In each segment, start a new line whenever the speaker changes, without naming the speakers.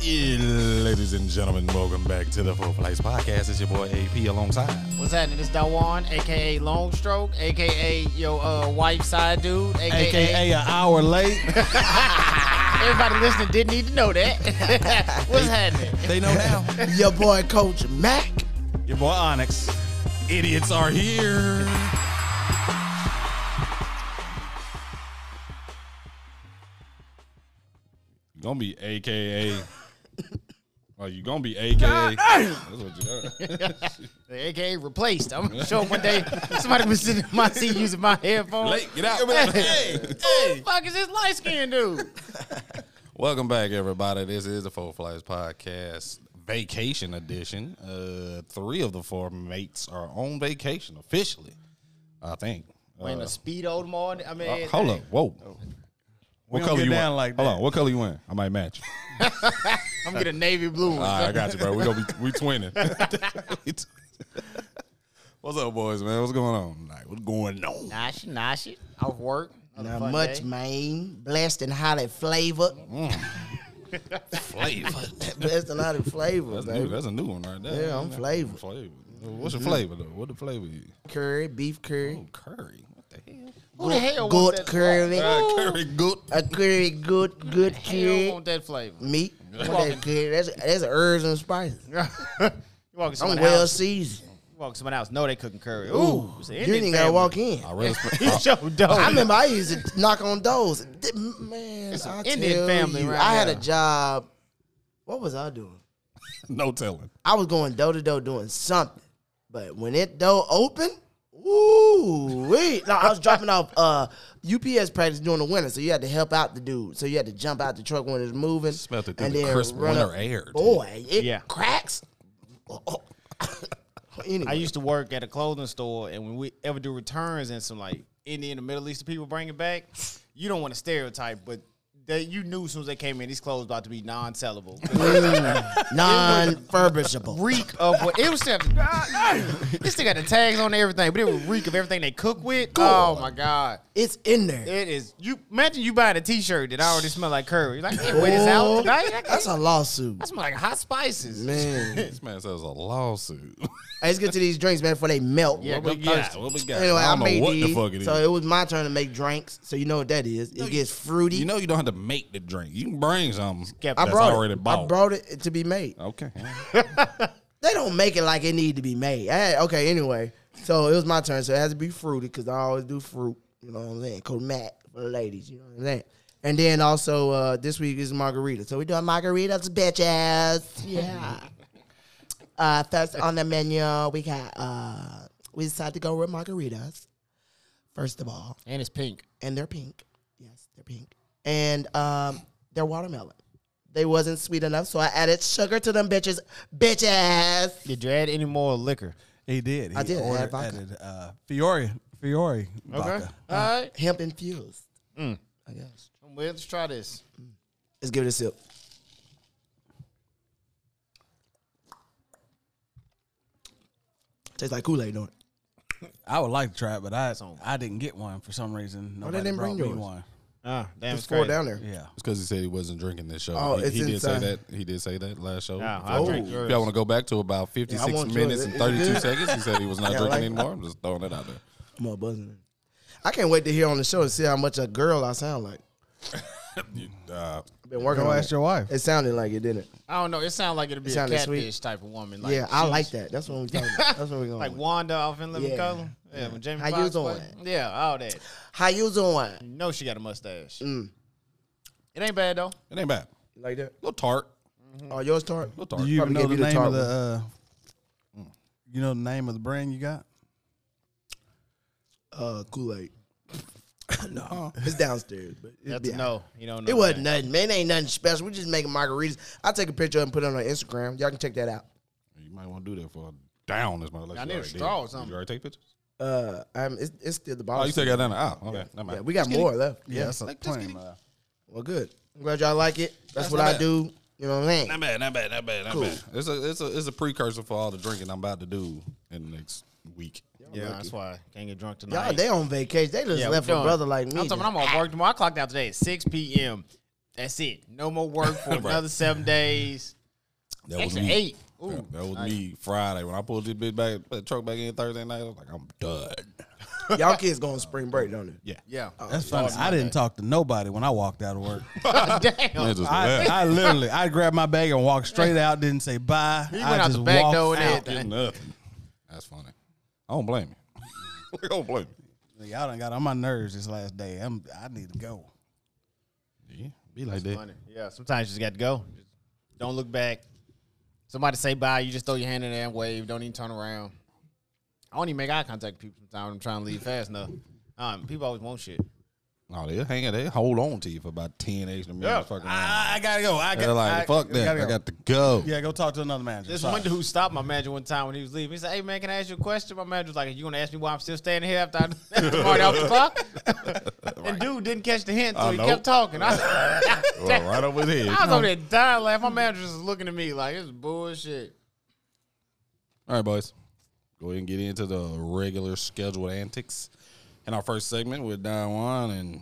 Yeah, ladies and gentlemen, welcome back to the Full Place Podcast. It's your boy AP alongside.
What's happening? It's Dawan, aka Long Stroke, aka your uh, wife side dude, aka,
AKA an hour late.
everybody listening didn't need to know that. What's happening?
they know now.
Your boy Coach Mac.
Your boy Onyx. Idiots are here. Gonna be AKA. Oh, you gonna be AKA. That's what you are.
aka replaced. I'm sure one day somebody was sitting in my seat using my headphones.
Late, get out. Hey,
Who the fuck is this light skinned
Uh,
dude?
Welcome back, everybody. This is the Four Flies Podcast Vacation Edition. Uh, three of the four mates are on vacation officially, I think.
Wearing a
Uh,
speedo tomorrow. I mean,
uh, hold up, whoa. What
don't
color
get
you
down
want?
like
Hold
that.
on, what color you wearing? I might match.
I'm gonna get a navy blue one.
Uh,
All right, I got you, bro. We gonna be we twinning. We tw- What's up, boys? Man, what's going on? Like, what's going on?
Nosh, nosh. Off work. Another
Not
fun
much,
day.
man. Blessed and highly flavored.
Flavor.
Blessed and highly flavored,
That's new.
baby.
That's a new one right there.
Yeah, I'm flavored.
Flavor. What's your flavor though? What the flavor? You?
Curry, beef curry.
Curry. What the hell?
Who the hell wants
Good
that?
curry.
Uh, curry good.
A curry, good, good
Hell
curry.
want that flavor?
Meat. Want that curry. That's, that's herbs and spices.
you walking
I'm
someone
well
else.
seasoned.
You walking someone else. No, they cooking curry. Ooh, it's an
You
Indian
ain't gotta
family.
walk in.
I really spent,
He's so dope.
I remember I used to knock on doors. Th- Man,
It's an
I
Indian
tell
family
you,
right
I had a
here.
job. What was I doing?
no telling.
I was going door to door doing something. But when it door opened, ooh wait. No, I was dropping off uh UPS practice during the winter, so you had to help out the dude. So you had to jump out the truck when it was moving.
Smelt it through the crisp
run
winter
up.
air, dude.
Boy, it
Yeah.
cracks. anyway,
I used to work at a clothing store, and when we ever do returns and some like Indian and Middle Eastern people bring it back, you don't want to stereotype, but they, you knew as soon as they came in, these clothes about to be non-sellable.
non-furbishable.
reek of what it was. Still, this thing got the tags on everything, but it would reek of everything they cook with. Oh my god,
It's in there.
it is. You imagine you buying a T-shirt that already smell like curry. You're like, I can't wear this out
Oh,
tonight. I
That's
can't-
a lawsuit,
That smell like hot spices.
man.
This man says a lawsuit.
Hey, Let's get to these drinks, man, before they melt.
Yeah, go thirsty.
What we got?
Anyway, I,
I don't
made
know what
these.
the fuck it is.
So it was my turn to make drinks. So you know what that is. It gets fruity.
you know you don't have to make the drink. You can bring something
Skeptic.
I
that's
brought
already
it.
bought. Oh.
I brought it to be made.
okay.
They don't make it like it need to be made. Eh, okay, anyway. So it was my turn. So it has to be fruity because I always do fruit. You know what I'm saying? Code Mac for the ladies. You know what I'm saying? And then also uh, this week is margarita. So we doing margaritas, bitches. Yeah. uh, first on the menu, we got uh, we decided to go with margaritas. First of all,
And it's pink.
and they're pink. Yes, they're pink. And um, they're watermelon. They wasn't sweet enough, so I added sugar to them bitches. Bitches.
Did you add any more liquor?
He did. He
I did, I had
Ordered,
vodka.
added uh, Fiore. Fiore.
Okay.
Vodka.
All right.
Hemp infused. I guess.
I'm with. Let's try this.
Mm. Let's give it a sip. Tastes like Kool Aid, don't it?
I would like to try it, but I I didn't get one for some reason. Nobody
didn't
brought
bring
me
yours?
one.
Ah, damn,
There's four down there.
Yeah.
It's because he said he wasn't drinking this show.
Oh,
he,
it's
he did say
inside.
that. He did say that last show.
Yeah,
If
I
Oh.
y'all-
drank
If
yours.
y'all want to go back to about
Yeah, I
56
want
minutes and
yours. Is it
32
good?
seconds, he said he was not
Yeah,
drinking
like-
anymore. I'm just throwing that out there.
I'm all buzzing. I can't wait to hear on the show and see how much a girl I sound like.
Uh,
I've been working
Go
on
ask
it.
your wife.
It sounded like it didn't.
I don't know. It sounds like it'll be a
sounded sweet.
catfish type of woman. Like
yeah, I
she's-
like that. That's what I'm talking about. That's what we're going
Like
with.
Wanda off in Living
Yeah.
Color. Yeah, when Jamie
How you
Foxx
doing?
played- Yeah, all that.
How you doing?
You know she got a mustache.
Mm.
It ain't bad though.
it ain't bad.
You like that?
A little tart.
Oh, yours tart?
A little
Do
tart.
you
Probably
know
gave
the
you the
name
tart
of the? Uh, you know the name of the brand you got?
Uh, Kool Aid. no, it's downstairs, but it,
That's a no. You don't know.
it wasn't nothing, man. It ain't nothing special. We just making margaritas. I take a picture and put it on Instagram. Y'all can check that out.
You might want to do that for down as my last
I need a straw or something.
You already take pictures?
Uh, um, it's, it's still the bottle.
Oh, you take that down there. Oh, okay. Never mind.
yeah, we got more left.
Yeah, that's a
Like, just
plain.
get it.
uh,
Well, good. I'm glad y'all like it. That's,
That's
what
not
I
bad.
do. You know what I'm saying?
Not bad, not bad, not bad, not bad. It's a it's a it's a precursor for all the drinking I'm about to do in the next week.
Yeah, that's why I can't get drunk tonight.
Y'all, they on vacation. They just
Yeah,
left
we
a
done.
brother like me.
I'm talking. I'm on work tomorrow. I clocked out today at 6 p.m. That's it. No more work for another seven days.
That was
Extra
me.
eight. Ooh.
Yeah, that was me Friday when I pulled this bitch back, that truck back in Thursday night. I was like, I'm done.
Y'all kids go on spring break, don't they?
Yeah,
Yeah.
That's funny. I didn't talk to nobody when I walked out of work.
Man,
Damn.
just
I,
left.
I literally, I grabbed my bag and walked straight out. Didn't say bye.
He
I
went out
just
the back
walked
door and
out.
everything.
nothing. That's funny. I don't blame you. I don't blame you.
Y'all done got on my nerves this last day. I'm, I need to go.
Yeah, be like that.
Funny. Yeah. Sometimes you just got to go. Just don't look back. Somebody say bye. You just throw your hand in there and wave. Don't even turn around. I don't even make eye contact with people sometimes. when I'm trying to leave fast enough. Um, people always want shit.
No, they'll hang it. They hold on to you for about ten extra minutes. fucking around.
I, I gotta go. I
They're
got,
like,
I,
fuck that.
gotta
I
go.
got to go.
Yeah, go talk to another manager.
This
Sorry.
one dude who stopped my manager one time when he was leaving. He said, "Hey man, can I ask you a question?" My manager was like, "You gonna ask me why I'm still standing here after I after Marty off the clock?" And dude didn't catch the hint, so
I
he
know.
kept talking. I,
Well, right over there.
I was over there dying laugh. My manager was looking at me like, "This is bullshit."
All right, boys. Go ahead and get into the regular scheduled antics. In our first segment with Don Juan and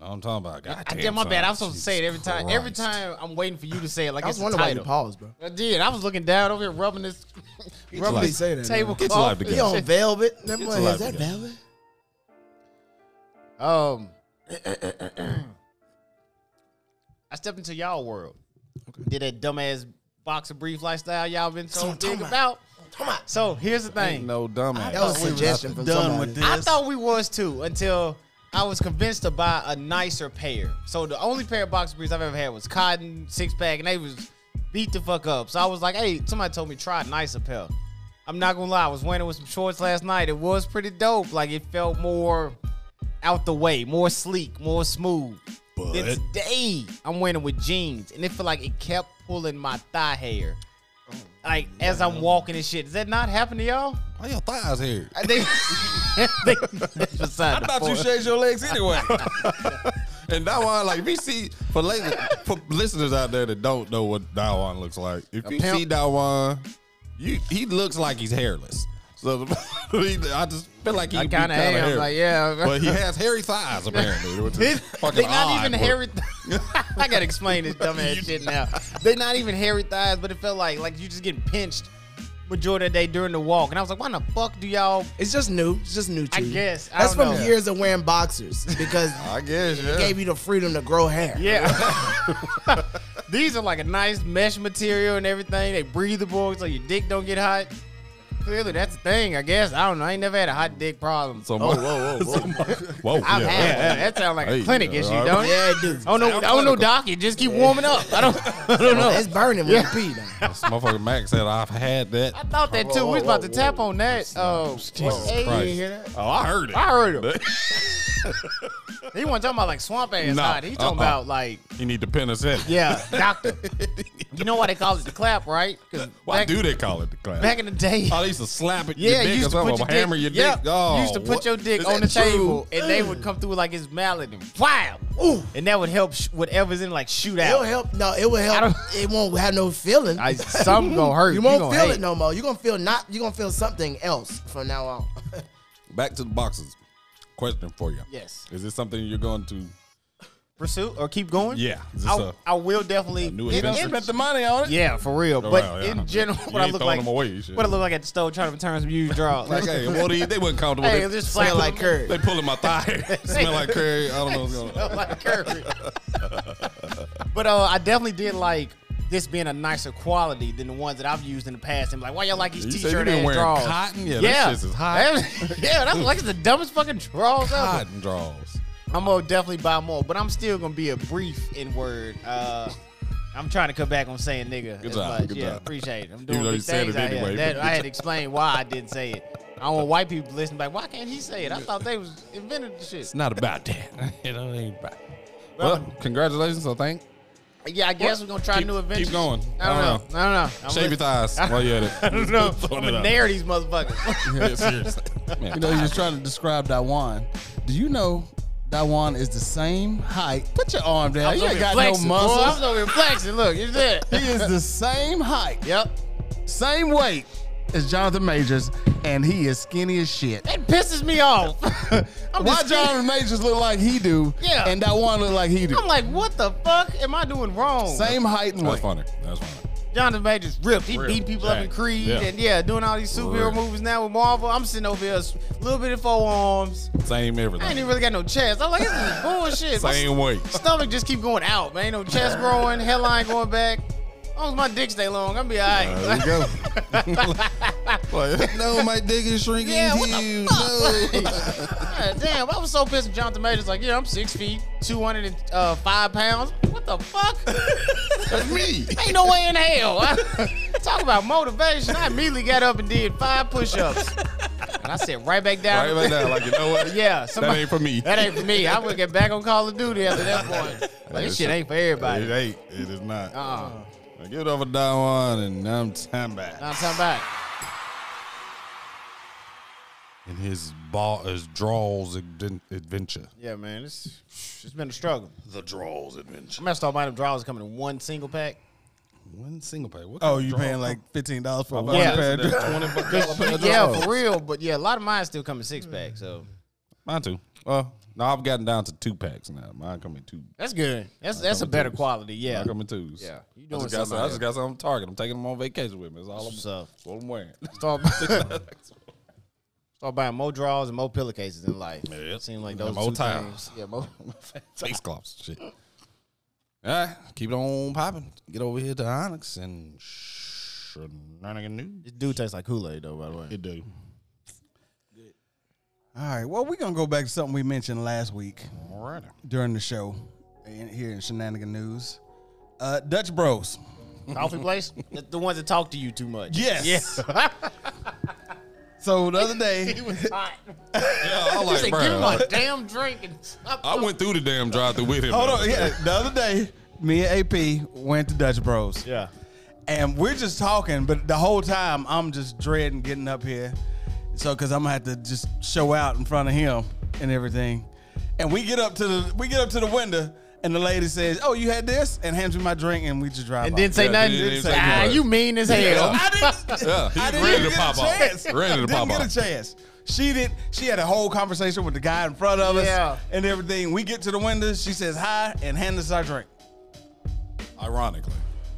I'm talking about. God
I
damn,
did my bad. I was
son.
supposed to say it every
Jesus
time. Every
Christ.
time I'm waiting for you to say it like
I
it's
was
a
wondering why you
title.
paused, bro.
I did. I was looking down over here, rubbing this, rubbing
life-
this
say that, man.
table
Get your life
He
together.
on velvet. That boy,
alive
is that
together.
velvet?
Um, I stepped into y'all world. Did that dumbass boxer brief lifestyle y'all been so big about? So here's the
Ain't
thing.
no dumbass.
That was a suggestion from
done
somebody.
with this.
I thought we was too until I was convinced to buy a nicer pair. So the only pair of boxer briefs I've ever had was cotton six pack, and they was beat the fuck up. So I was like, hey, somebody told me try a nicer pair. I'm not gonna lie, I was wearing it with some shorts last night. It was pretty dope. Like it felt more out the way, more sleek, more smooth.
But-
Then today I'm wearing it with jeans, and it felt like it kept pulling my thigh hair. Like as I'm walking and shit. Does that not happen to y'all?
Why your thighs here?
I think that's beside the point.
shaved your legs anyway.
And Dawan, like, if you see, for, la- for listeners out there that don't know what Dawan looks like, if you
pimp.
see Dawan, you, he looks like he's hairless. So he- I just feel like he
I
kind
kind of am. Like, yeah.
But he has hairy thighs, apparently. Which
they
is
they
fucking
not
odd,
even
but-
hairy. Th- I gotta explain this dumbass shit now. They not even hairy thighs, but it felt like like you just getting pinched majority of the day during the walk. And I was like, why in the fuck do y'all?
It's just new. It's just new to
I
you.
guess. I
That's
don't
from
know.
years of wearing boxers because
I guess, yeah.
it gave you the freedom to grow hair.
Yeah. These are like a nice mesh material and everything. They breathable, so your dick don't get hot. Clearly, that's the thing. I guess I don't know. I ain't never had a hot dick problem.
so my, whoa, whoa, whoa. whoa,
I've
yeah.
had one. That sounds like a
Hey,
clinic
yeah,
issue,
all right.
don't it?
Yeah, dude.
I don't know. I don't know, Doc. You just keep warming up. I don't. I don't know.
It's burning when you pee now.
This motherfucker Max said, I've had that.
I thought that too. We was about to tap on that. Oh, Jesus
Christ.
that?
Oh, I heard it.
I heard him. he wasn't talking about like swamp ass
No.
hot. He talking
Uh-uh.
about like
You need to pin us in.
yeah, doctor. you know why they call it the clap, right? 'Cause
Why
back,
do they call it the clap?
back in the day?
Oh, they used to slap it.
Yeah,
your dick
you
or
used to
something,
put your
or hammer
dick.
your
yeah,
dick. Oh,
you used to put
what-
your dick
Is
on the
that true?
table, and they would come through with like his mallet and wow, Ooh. and that would help sh- whatever's in like shoot
It'll
out.
help. No, it will help.
don't-
It won't have no feeling.
I, something gonna hurt.
you won't
gonna
feel
hate.
it no more. You're gonna feel not. You're gonna feel something else from now on.
Back to the boxes. Question for you.
Yes.
Is this something you're going to?
Pursuit or keep going?
Yeah. Is this
I,
a-
I will definitely.
new
it- it-
adventure?
Spent the money on it.
yeah, for real.
Oh,
but
wow, yeah, I know.
in general,
You
what I
ain't
look
throwing
like,
them away, you should.
what I look like at the store trying to return some used drugs.
Like,
Like,
hey, what these? They wasn't comfortable.
hey,
they,
it's just
Smell
flat
like curd.
they pulling my thigh. It smell like curry. I don't know what's going on.
like curry. but uh, I definitely did like this being a nicer quality than the ones that I've used in the past. And like, why y'all like these
You said you
t-shirt
been
ass
wearing
drawers?
cotton. Yeah,
yeah,
that shit is hot.
yeah, that's like it's the dumbest fucking drawers ever.
Cotton draws.
I'm gonna definitely buy more, but I'm still gonna be a brief in word. Uh, I'm trying to cut back on saying nigga.
Good
as
job,
much.
good
yeah,
job.
appreciate it. I'm
though
doing
you
big
said
things
it
out
anyway,
here. That,
but
I
good
had to explain why I didn't say it. I don't want white people listening like, why can't he say it? I thought they was invented the shit.
It's not about that. it ain't about. Well, congratulations. I think.
Yeah, I guess we're gonna try
Keep-
new adventures.
keep going. I
I don't, know.
don't
I don't know. I'm
Shave your
gonna-
thighs while you're at it.
I don't know.
Throwing
I'm
it
gonna
out.
nair these motherfuckers.
Yeah, seriously. Man,
You know, you're just trying to describe Dawan. Do you know Dawan is the same height? Put your arm down.
I'm
You
over
ain't
here
got
flexing,
no
boy. I'm
muscles.
over here flexing. Look, you said.
He is the same height,
Yep.
same weight, as Jonathan Majors, and he is skinny as shit.
It pisses me off. I'm
Why
just kidding.
Jonathan Majors look like he do,
Yeah.
and that one look like he do?
I'm like, oh. what the fuck am I doing wrong?
Same height and
That's
weight.
funny. That's funny.
Jonathan Majors ripped. He
Ripped.
beat people up in
Jack.
Creed
Yeah.
and yeah, doing all these superhero
Ripped.
movies now with Marvel. I'm sitting over here, a little bit of forearms.
Same
I ain't even
everything.
really got no chest. I'm like, this is bullshit. My
Same weight.
stomach just keep going out, man. Ain't no chest growing, headline going back. As long as my dick stay long, I'm gonna be alright.
There you go. Like, no, my dick is shrinking
Yeah, what the
too. No.
God damn, I was so pissed at Jonathan Majors. Like, yeah, I'm six feet, 205 uh, pounds. What the fuck?
That's me.
Ain't no way in hell. Talk about motivation. I immediately got up and did five push ups. And I sat right back down.
Right about now, like you know what?
Yeah,
that
somebody,
ain't for me.
that ain't for me. I would get back on Call of Duty after that point. Like, this shit ain't for
It
everybody.
ain't. It is not.
Uh-uh.
I give it over to Don Juan, and I'm time back.
Now I'm talking about.
In his ball, his draws adven- adventure.
Yeah, man, it's it's been a struggle.
The draws
I
adventure.
messed up my them draws coming in one single pack.
One single pack. What
Oh,
kind
you
of draw?
paying like fifteen dollars for a one
Yeah.
pair? of drawers?
Twenty bucks. a pair of
Yeah,
drawers.
for real. But yeah, a lot of mine still come in six pack, so
Mine too. Well, no, I've gotten down to two packs now. Mine coming two.
that's good. That's that's a better quality. Yeah,
Mine coming twos.
Yeah. You
I
doing
just, got
something
some, I
out
just
here.
got some on Target. I'm taking them on vacation with me. That's all I'm,
what's up?
what I'm wearing.
Start, start buying more draws and more pillowcases in life.
Yep.
Seems like
And
those
more
two
towels.
things- Yeah, more.
Face cloths. Shit. All right. Keep it on popping. Get over here to Onyx and shenanigan news.
This dude tastes like Kool Aid though. By the way,
It do.
All right. Well, we're gonna go back to something we mentioned last week
All right.
during the show in, here in Shenanigan News. Uh, Dutch Bros.
coffee place. The, the ones that talk to you too much.
Yes.
Yeah.
So the other day,
he was hot.
Yeah, I like,
Say,
bro.
give him a damn drink and stop.
I went through the damn drive through with him.
hold on. Yeah, the other day, me and AP went to Dutch Bros.
Yeah.
and we're just talking, but the whole time I'm just dreading getting up here. So, cause I'm gonna have to just show out in front of him and everything. And we get up to the we get up to the window, and the lady says, "Oh, you had this," and hands me my drink, and we just drive.
And
off.
didn't say
Yeah,
nothing.
didn't say
ah,
much.
you mean as hell.
Yeah.
I didn't.
Yeah, he
I didn't
ready
even
to
get
pop
a
off.
chance.
Ready to
didn't
pop
get
off.
a chance. She did. She had a whole conversation with the guy in front of us
Yeah.
and everything. We get to the window. She says hi and hands us our drink.
Ironically.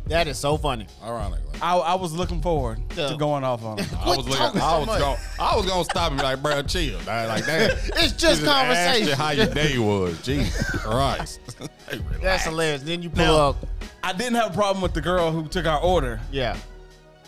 That is so funny.
Ironically.
I, I was looking forward
Yeah.
to going off on her.
I was,
talking
looking,
so
I, was
much?
gonna, I was gonna stop and be like, bro, chill. dawg." Like that.
It's just conversation.
How your day was, Jesus Christ. Hey, relax.
That's hilarious. Then you pull
Now-
up.
I didn't have a problem with the girl who took our order
Yeah.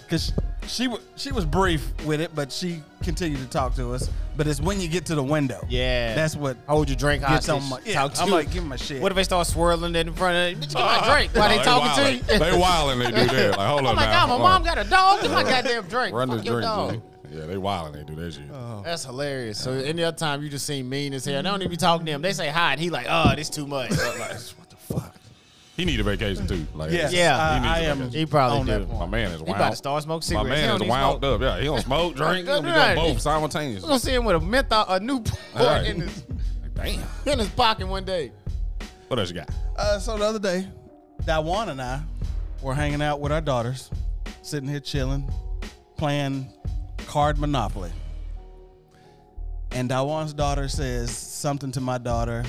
because she wa- she was brief with it, but she continued to talk to us. But it's when you get to the window,
Yeah.
that's what.
Hold your drink
Get
hostage.
some- yeah,
talk to
I'm
you.
like, give 'em a shit.
What if they start swirling it in front of you? Bitch, give my drink.
Nah,
Why they talking
wildin'.
to you?
They wilding. They do that. Like, hold
Oh
up
my
now.
god, my
Hold
mom
on.
got a dog. Get my goddamn drink.
Run
Fuck
this
your
drink,
dog. Oh.
G. Yeah, they wilding. They do that shit.
That's hilarious. So any other time you just seem mean as hell. They don't even be talking to him. They say hi, and he like, oh, this too much.
what the fuck? He need a vacation too. Like,
Yes,
Yeah.
I-
He needs
I,
a
am.
vacation.
he probably
On that
do.
point.
my man is
He about to
wild.
start smoking
My
cigarettes. He
man
don't
is
need
wild
smoke.
up. Yeah, he don't smoke, drink. He
Good
be doing
night.
both
We gonna
simultaneously.
see him with a menthol, a new
All right.
in his
Like, Damn.
in his pocket one day.
What else you got?
Uh, so the other day, Dawan and I were hanging out with our daughters, sitting here chilling, playing card Monopoly. And Dawan's daughter says something to my daughter,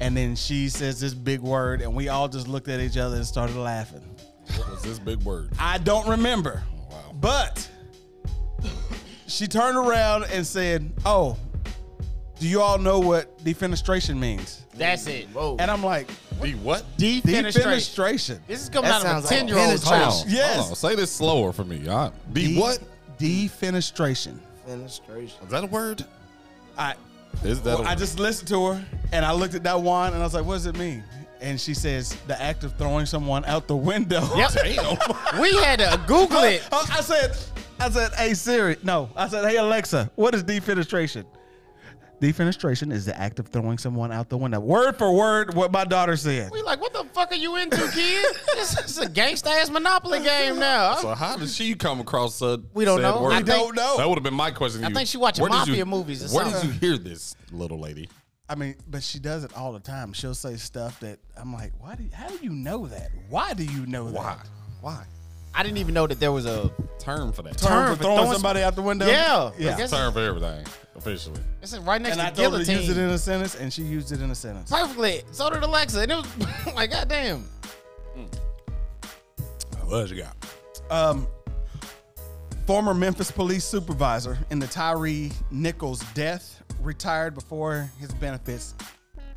and then she says this big word, and we all just looked at each other and started laughing.
What was this big word?
I don't remember.
Wow.
But she turned around and said, Oh, do you all know what defenestration means?
That's it. Whoa.
And I'm like,
The what?
Defenestration.
Defenestration.
This is coming
That
out of a
sounds like
ten year old
penetration.
Hold
child.
on.
Yes.
Hold on. Say this slower for me. All right. The what?
Defenestration.
Fenestration.
Is that a word?
I
Is that?
well,
a
I
word?
just listened to her and I looked at that wand and I was like, what does it mean? And she says, the act of throwing someone out the window.
Yep.
Damn.
We had to Google
I,
it.
I said, I said, hey Siri. No, I said, hey Alexa, what is defenestration? Defenestration is the act of throwing someone out the window. Word for word, what my daughter said.
We like, what the fuck are you into, kid? this is a gangsta ass Monopoly game now.
so how did she come across? Uh,
We don't
said
know.
Word?
I think-
don't know.
That would have been my question. to
I
you.
think she watching
Where did
mafia
you-
movies or
Where did
something.
you hear this, little lady?
I mean, but she does it all the time. She'll say stuff that I'm like, why do you, how do you know that? Why do you know that?
Why?
I didn't even know that there was a.
Term for that.
Term
Term
for
for throwing
throwing
somebody out the window.
Yeah, I
yeah.
guess
Term for everything, officially.
it's right next
And I
to
told her to
guillotine.
use it in a sentence, and she used it in a sentence.
Perfectly. So did Alexa, and it was like, goddamn.
What you got?
Um, former Memphis police supervisor in the Tyree Nichols death retired before his benefits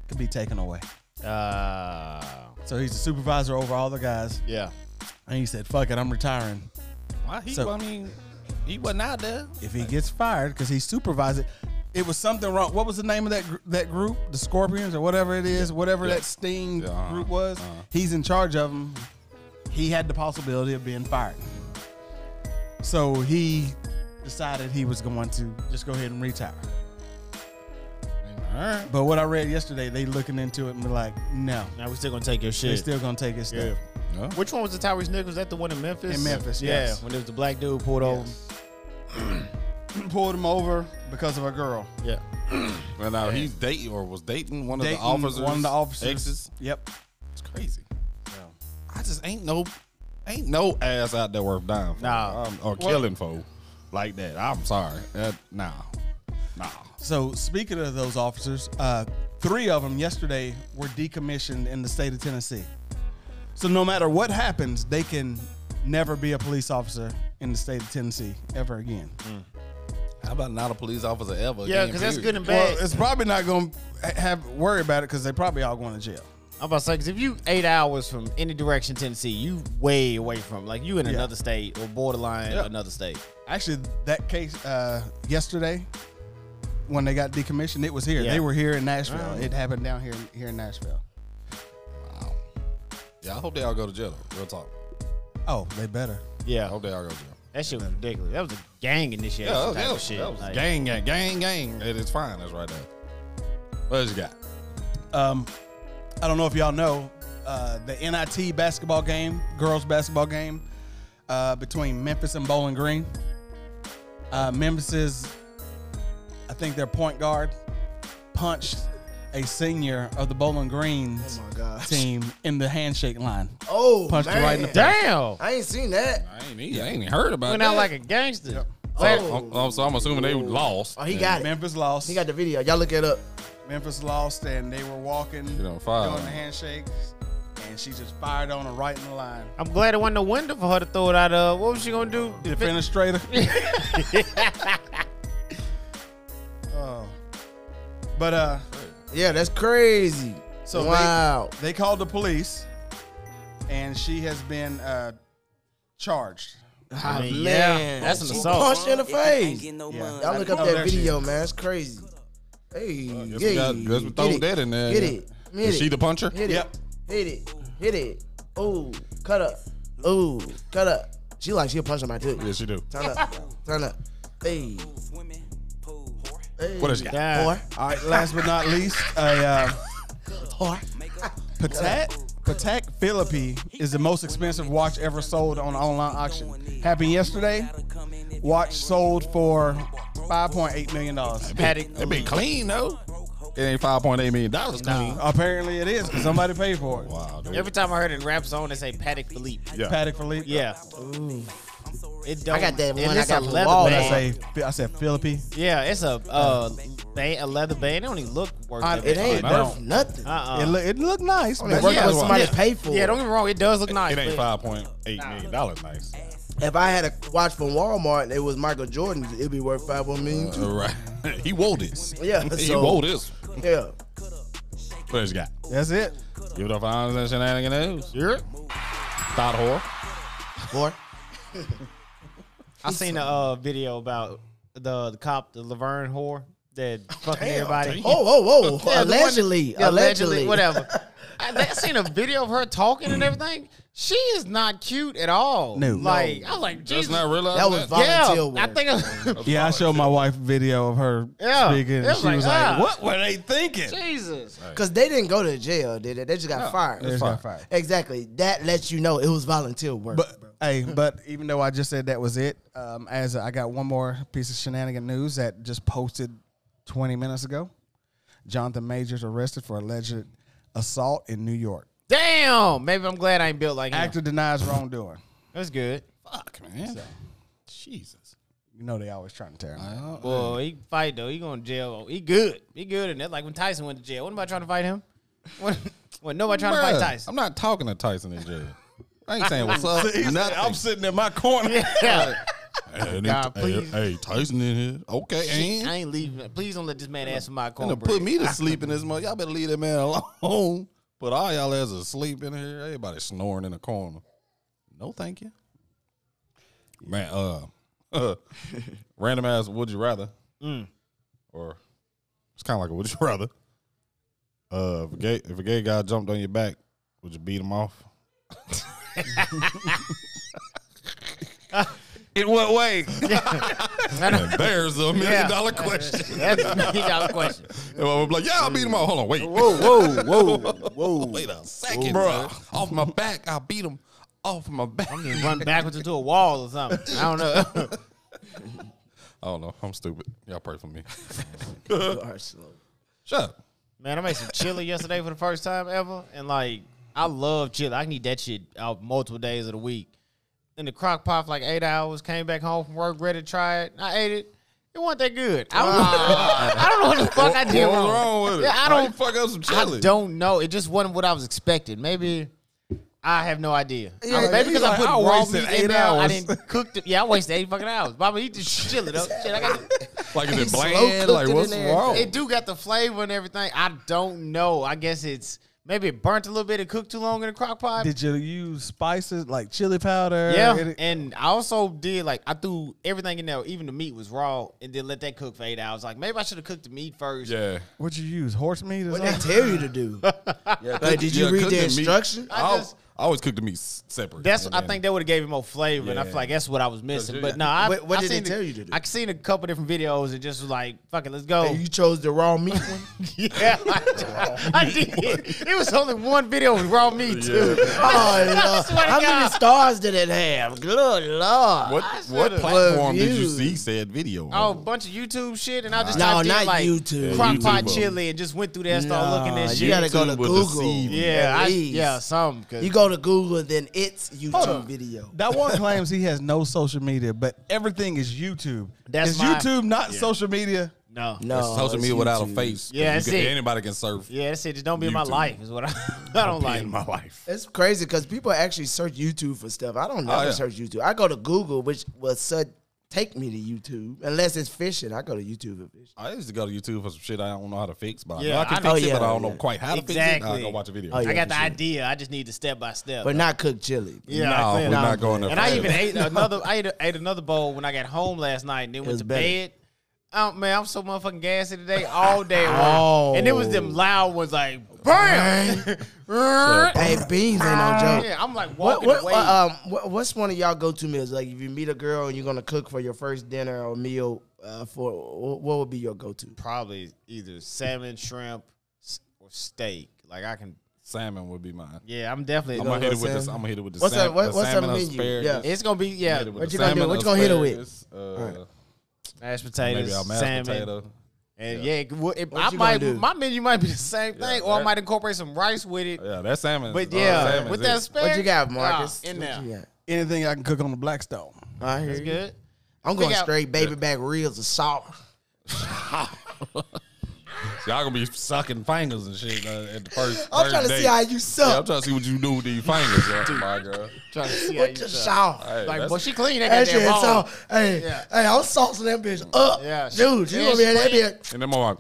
could be taken away.
Uh,
So he's a supervisor over all the guys,
yeah.
and he said, "Fuck it, I'm retiring."
Why he?
So-
I mean, he wasn't out there.
If he gets fired because he supervised it, it was something wrong. What was the name of that gr- that group? The Scorpions or whatever it is, whatever
Yeah.
that Sting
Yeah, uh-huh,
group was.
uh-huh.
He's in charge of them. He had the possibility of being fired, so he decided he was going to just go ahead and retire.
All right.
But what I read yesterday, they looking into it and be like, no,
Now we still gonna take your
they're
shit.
still gonna take his stuff.
Yeah.
Which one was the Tyrese Nichols? That the one in Memphis?
In Memphis,
yeah.
yes.
When there was the black dude pulled
Pulled him over because of a girl.
over. Yeah.
Well, now he's dating or was dating one of
Dating
the officers.
one of the officers.
Exes.
Yep.
It's crazy. I just ain't no, ain't no ass out there worth dying for.
Nah.
Um, or killing for like that. I'm sorry. That, nah, nah.
So speaking of those officers, uh, three of them yesterday were decommissioned in the state of Tennessee. So no matter what happens, they can never be a police officer in the state of Tennessee ever again.
How about not a police officer ever?
Yeah,
again,
because that's
period?
good and
Well,
bad.
it's probably not going to have worry about it because they probably all going to jail.
I'm about to say, because if you eight hours from any direction, Tennessee, you way away from, like, you in another state or borderline
Yeah.
another state.
Actually, that case uh, yesterday when they got decommissioned, it was here.
Yeah.
They were here in Nashville. It happened down here here in Nashville.
Wow. Yeah, I hope they all go to jail. Real talk.
Oh, they better.
I
Yeah.
hope they all go to jail.
That shit was ridiculous. That was a gang
Yeah,
initiation
that was,
type
that
of
was,
shit.
that was
Like,
gang, gang, gang, gang. It is fine. That's right there. What else you got?
Um, I don't know if y'all know uh, the NIT basketball game, girls basketball game uh, between Memphis and Bowling Green. Uh, Memphis's, I think their point guard punched a senior of the Bowling Greens
Oh my gosh.
team in the handshake line.
Oh,
Punched her
man.
right in the face.
Damn.
I ain't seen that.
I ain't, even, I ain't even heard about
Went
that.
out like a gangster.
Oh.
I'm- I'm- so I'm assuming they lost.
Oh, he got it.
Memphis lost.
He got the video. Y'all look it up.
Memphis lost, and they were walking,
Get on fire.
doing the handshakes, and she just fired on her right in the line.
I'm glad it wasn't a window for her to throw it out of. What was she going to do?
Defenestrator. oh. But uh
Yeah, that's crazy.
so they-
wow.
They, called the police and she has been uh charged.
I mean,
Man.
yeah. That's an
She
assault.
Punched in the
Ain't
face.
getting no
Yeah.
money.
Y'all look up
Oh,
that
there she
video, man. It's crazy. Hey,
Guess
yeah,
we got, guess we
get
throw
it.
that in there.
Get it. Hit
Is
it.
she the puncher?
Hit
Yep.
it. Hit it. Hit it. Ooh, cut up. Ooh, cut up. She like she'll punch somebody too.
Yes, she do.
Turn up. Turn up. Hey.
Women, pool, whore,
hey.
What else you got?
Yeah.
Whore.
All right, last but not least, a uh,
Whore.
makeup,
Patek Patek Philippi is the most expensive watch ever sold on online auction. Happened yesterday.
gotta come in if
Watch sold for 5.8 million dollars.
Patty.
It be clean though. It ain't five point eight million dollars clean.
Apparently it is because somebody paid for it.
Wow, dude.
Every time I heard it in rap zone, they say Patek Philippe.
yeah.
Patek Philippe.
Yeah. It don't,
I got that
and
one I
it's
got
a
from
leather
Walmart.
band.
I say I said Philippi.
Yeah, it's a uh, band, a leather band. It don't even look worth
I-
it.
It ain't
no.
worth nothing.
Uh
Uh-uh.
uh Oh,
It look it looked nice.
Only
but-
worth
yeah,
what somebody
yeah.
paid for.
Yeah, don't get me wrong. It does look nice.
It ain't
but
five point eight million dollars nice.
If I had a watch from Walmart and it was Michael Jordan, it'd be worth five one million too.
All right. he wore this.
Yeah,
He
so-
wore this.
Yeah.
What else you got?
That's it.
Give it up for Honest and Shenanigans News. Yeah. Thought whore.
Whore.
I seen a uh, video about the, the cop, the Laverne whore, that fucking everybody.
Oh, whoa, whoa.
Yeah, the one-
allegedly.
yeah,
allegedly.
whatever. I, I seen a video of her talking and everything. She is not cute at all.
No.
like I was like, Jesus.
Just not realize
That was
that.
vol- volunteer
yeah, I
work.
think. I,
Yeah, I showed my wife video of her
Yeah.
speaking.
It
And
was
she
like,
was
ah.
like, "What were they thinking?"
Jesus.
Because they didn't go to jail, did they? They just got fired.
They just got fired.
Exactly. That lets you know it was volunteer work.
But hey, but even though I just said that was it, um, as I got one more piece of shenanigan news that just posted 20 minutes ago. Jonathan Majors arrested for alleged assault in New York.
Damn. Maybe I'm glad I ain't built like him.
Actor denies wrongdoing.
That's good.
Fuck, man. Jesus.
You know they always trying to tear him. down.
Well,
Well, he fight though. He going to jail. He good. He good. And that's like when Tyson went to jail. Wasn't nobody trying to fight him? When, when nobody trying to
bruh,
fight Tyson.
I'm not talking to Tyson in jail. I ain't saying what's up. nothing.
I'm sitting in my corner.
Yeah.
Hey,
God,
hey,
please.
hey, Tyson in here. Okay,
Shit, I
and
ain't leaving. Please don't let this man ask for my
gonna
cornbread.
put me to sleep in this mother. Y'all better leave that man alone. Put all y'all as asleep in here. Everybody snoring in the corner. No, thank you. Man, uh, random ass would you rather? Or it's kind of like a would you rather. Uh, if a gay if a gay guy jumped on your back, would you beat him off?
In what way?
And there's a
Yeah.
million dollar question.
That's a million dollar question.
And I was like, yeah, I'll beat him off. Hold on, wait.
whoa, whoa, whoa, whoa.
Wait a second, bro. Off my back, I beat him off my back.
You can run backwards into a wall or something. I don't know.
I don't know. I'm stupid. Y'all pray for me.
You are slow.
Shut up.
Man, I made some chili yesterday for the first time ever, and like I love chili. I can eat that shit out multiple days of the week. In the crock pot for like eight hours, came back home from work, ready to try it. I ate it. It wasn't that good. I don't, know, I don't know what the fuck I did
What was
wrong.
wrong with it?
Yeah, I
Why you
don't
fuck up some chili.
I don't know. It just wasn't what I was expecting. Maybe I have no idea. I-
Yeah,
maybe
you
because I
like,
put
I
raw
wasted
meat
eight
in there. I
hours.
didn't cook it. Yeah, I wasted eight fucking hours. Bobby, eat this chili though. Shit, I got
Like, is it
slow
bland? Like,
cooked it
what's
in there.
wrong?
it do got the flavor and everything. I don't know. I guess it's maybe it burnt a little bit. It cooked too long in the crock pot.
Did you use spices like chili
uh,
powder?
yeah,
Any-
and I also did like I threw everything in there. Even the meat was raw, and then let that cook for eight hours. Like maybe I should have cooked the meat first.
yeah.
What'd you use? Horse meat or
What they
something?
tell you to do? like, did you
Yeah,
read
cook
the
meat. Oh.
instruction?
I,
I
al-
just-
I always cook the meat s- separate.
That's
And
I
then-
think that would have gave him more flavor, and I feel like that's what I was missing.
you-
But no, I,
What- what
I
did they
seen the-
tell you to do?
I seen a couple different videos and just was like, "Fuck it, let's go."
And Oh, you chose the raw meat one.
yeah, I, I did. It was only one video with raw meat too.
oh
swear
Lord!
to
How many
God.
stars did it have? Good Lord!
What, what
should've-
platform did you
Reviews.
see said video?
Oh, a
on?
bunch of YouTube shit, and I just
Mm-hmm.
typed
No,
in,
not
like
YouTube.
crock pot
YouTube.
chili and just went through there and started
Nah,
looking at
you
shit.
gotta go to
YouTube with the
Google.
C.
yeah, I,
Please.
yeah, some. 'cause-
You go to Google, then it's
on.
YouTube video.
That one claims he has no social media, but everything is YouTube.
That's
is
my-
YouTube not social media?
no,
No,
It's social
it's
media without a
YouTube.
face.
Yeah,
You
that's
can-
it.
Anybody can surf.
yeah, that's it. Just don't be in my
YouTube.
life is what I, I don't like.
in my life.
It's crazy because people actually search YouTube for stuff. I
Oh,
don't never
yeah.
search YouTube. I go to Google, which will su- take me to YouTube. Unless it's fishing, I go to YouTube and fish.
I used to go to YouTube for some shit I don't know how to fix, but I
Yeah,
know I can
I
fix
know-
it, but I
yeah,
don't know
yeah.
quite how to fix it. I
Exactly.
go watch a video.
Oh, yeah.
I got the
for sure.
idea. I just need the step by step.
But not cooked chili.
yeah,
No,
I
we're
think-
not going there.
And I even ate another. I ate, ate another bowl when I got home last night, and then went
was
to
better.
bed. Oh man, I'm so motherfucking gassy today, all day. at work.
Oh.
and it was them loud ones like bam. yeah,
Hey, beans ain't no joke.
I'm like
What,
Ah, walking
what,
away.
what, um, what, what's one of y'all go to meals? Like, if you meet a girl and you're gonna cook for your first dinner or meal, uh, for wh- what would be your go to?
probably either salmon, shrimp, s- or steak. Like I can,
Salmon would be mine.
yeah, I'm definitely.
I'm gonna hit it
with
with this. I'm
salmon?
gonna hit it with the
What's
salmon.
that- what-
the
what's that
salmon
menu?
asparagus.
it's gonna be yeah,
Hit it with
What
the
you gonna do?
salmon,
What you gonna hit it with?
asparagus, Uh,
mashed
maybe
potatoes,
a mashed
salmon,
potato.
and yeah, it, would- it,
What
I
you
might
gonna do?
my menu might be the same
Yeah,
thing, or I
that-
might incorporate some rice with it.
Yeah, that salmon.
But
uh,
yeah,
salmon
with
is
that
it.
spare,
What you got, Marcus?
in
What
there.
you got?
Anything I can cook on the Blackstone.
I hear
That's
you.
good.
I'm
We
going
got-
straight baby back ribs and sauce.
Y'all gonna be sucking fingers and shit uh, at the first.
I'm
first
trying to
date.
see how you
Yeah, I'm
suck
trying to see what you do with these fingers, yeah, my girl.
Trying to see
with
how
the
you sound.
sauce.
Hey,
Like,
that's-
well, she clean
That
that
shit
goddamn
so,
ball.
hey,
Yeah.
hey, I'm saucing that bitch up.
Yeah, she-
Dude, you
yeah,
gonna be
she
in that
clean.
bitch.
and then my wife,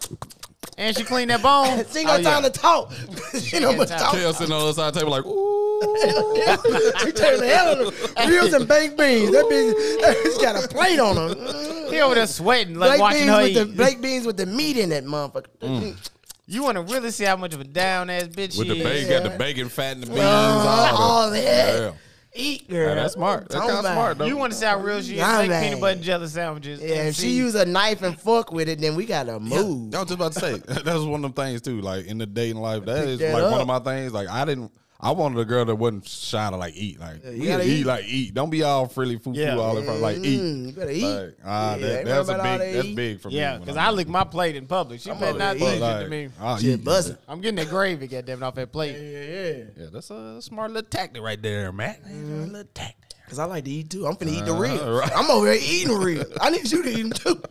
and she clean that bone.
She ain't got
Oh,
time to talk. She ain't
got
gonna
time.
talk.
Kale sitting on the other side of the table like, ooh.
She turned the hell out of them. Ribs and baked beans. That bitch, that bitch got a plate on her. Mm.
yeah. He over there sweating, like
Baked
watching
beans,
her
with the,
eat.
baked beans with the meat in that motherfucker. Mm.
you want to really see how much of a down ass bitch
With
she
the bacon,
is.
got the bacon fat and the beans.
Uh,
all
all that.
that.
Eat, girl.
Yeah, that's smart. That's
Talking
kind of
about-
smart, though.
You want to see how real she is?
Nah,
Make
man.
peanut butter and jelly sandwiches.
Yeah,
and
if she
see-
use a knife and fork with it, then we gotta move.
I was just about to say that's one of them things too. Like in the dating life, that is
that
like one
up.
of my things. Like I didn't, I wanted a girl that wasn't shy to like eat. Like
you
we
gotta
eat,
eat.
like eat. Don't be all frilly foo foo
Yeah.
all in front. Like eat.
Mm, you better eat.
Like, ah,
Yeah,
that-
ain't
that's a
worried about all
big.
that
That's
eat.
big for me.
Yeah,
when
because
I'm
I
eating.
lick my plate in public. She better
over
not do
here
shit
But,
to me.
like, I'll
Shit
eat.
busting.
I'm getting that gravy, goddamn it, off that plate.
Yeah, yeah.
Yeah, that's a smart little tactic right there, Matt. That's a little tactic.
Cause I like to eat too. I'm finna eat the ribs.
Uh, right.
I'm over here eating ribs. I need you to eat them too.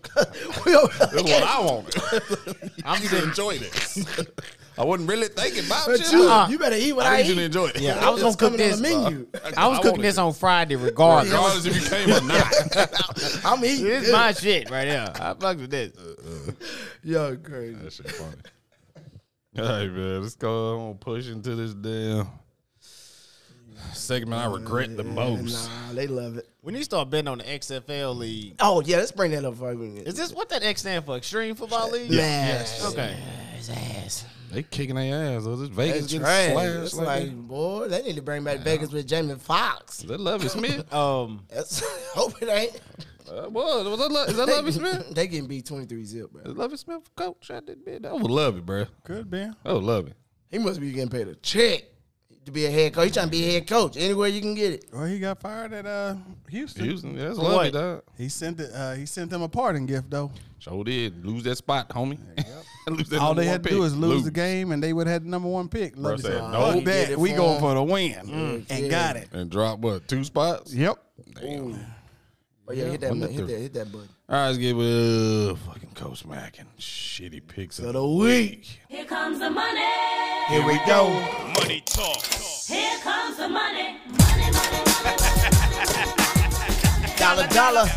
we over
That's what I wanted. I'm you to enjoy this. I wasn't really thinking about
but
you.
you,
Uh,
you better eat what I,
I need you to
eat.
enjoy it.
Yeah, I was gonna
It's
cook
coming
this.
on the menu.
I was cooking this on Friday regardless.
regardless if you came or not.
I'm eating.
This
good.
is my shit right here. I fucked with this.
Yo, crazy.
that shit funny. Hey man, let's go on pushing to this damn segment I regret the most.
Nah, they love it.
We need to start betting on the XFL league.
Oh yeah, let's bring that up. before we-
Is this what that X stand for? Extreme Football League?
Yes.
Okay.
His ass.
They kicking their ass. though. This Vegas
It's
getting
trash.
slashed
It's
like,
like,
that.
boy, they need to bring back Vegas with Jamie Foxx.
Is that Lovey Smith?
Um,
That's hope it ain't.
uh, what? Was that Lo- is that Lovey Smith?
they getting beat twenty three zip, bro.
Is Lovey Smith coach? I did that. Oh, I would love it, bro.
Could be.
I would love it.
He must be getting paid a check to be a head coach. He trying to be a head coach anywhere you can get it.
Or he got fired at uh, Houston.
Houston, yeah, that's
What?
Lovey, dog.
He sent it. Uh, he sent them a parting gift though.
Sure did. Lose that spot, homie. Lose that
All
number
they
one
had to
pick.
do is lose, the game, and they would have had the number one pick.
Bro
Lovely
said,
song.
"Nope."
Get
Fuck that.
it
We
for
going
him.
for the win, and
yeah.
got it.
and drop what two spots.
Yep.
Damn.
But Oh, yeah, hit that,
one to
hit
three.
that, hit that button.
All right, let's get with uh, fucking Coach Mack and shitty picks of the week.
Here comes the money.
Here we go.
Money talk.
Here comes the money. Money, money, money, money.
Dollar, dollar,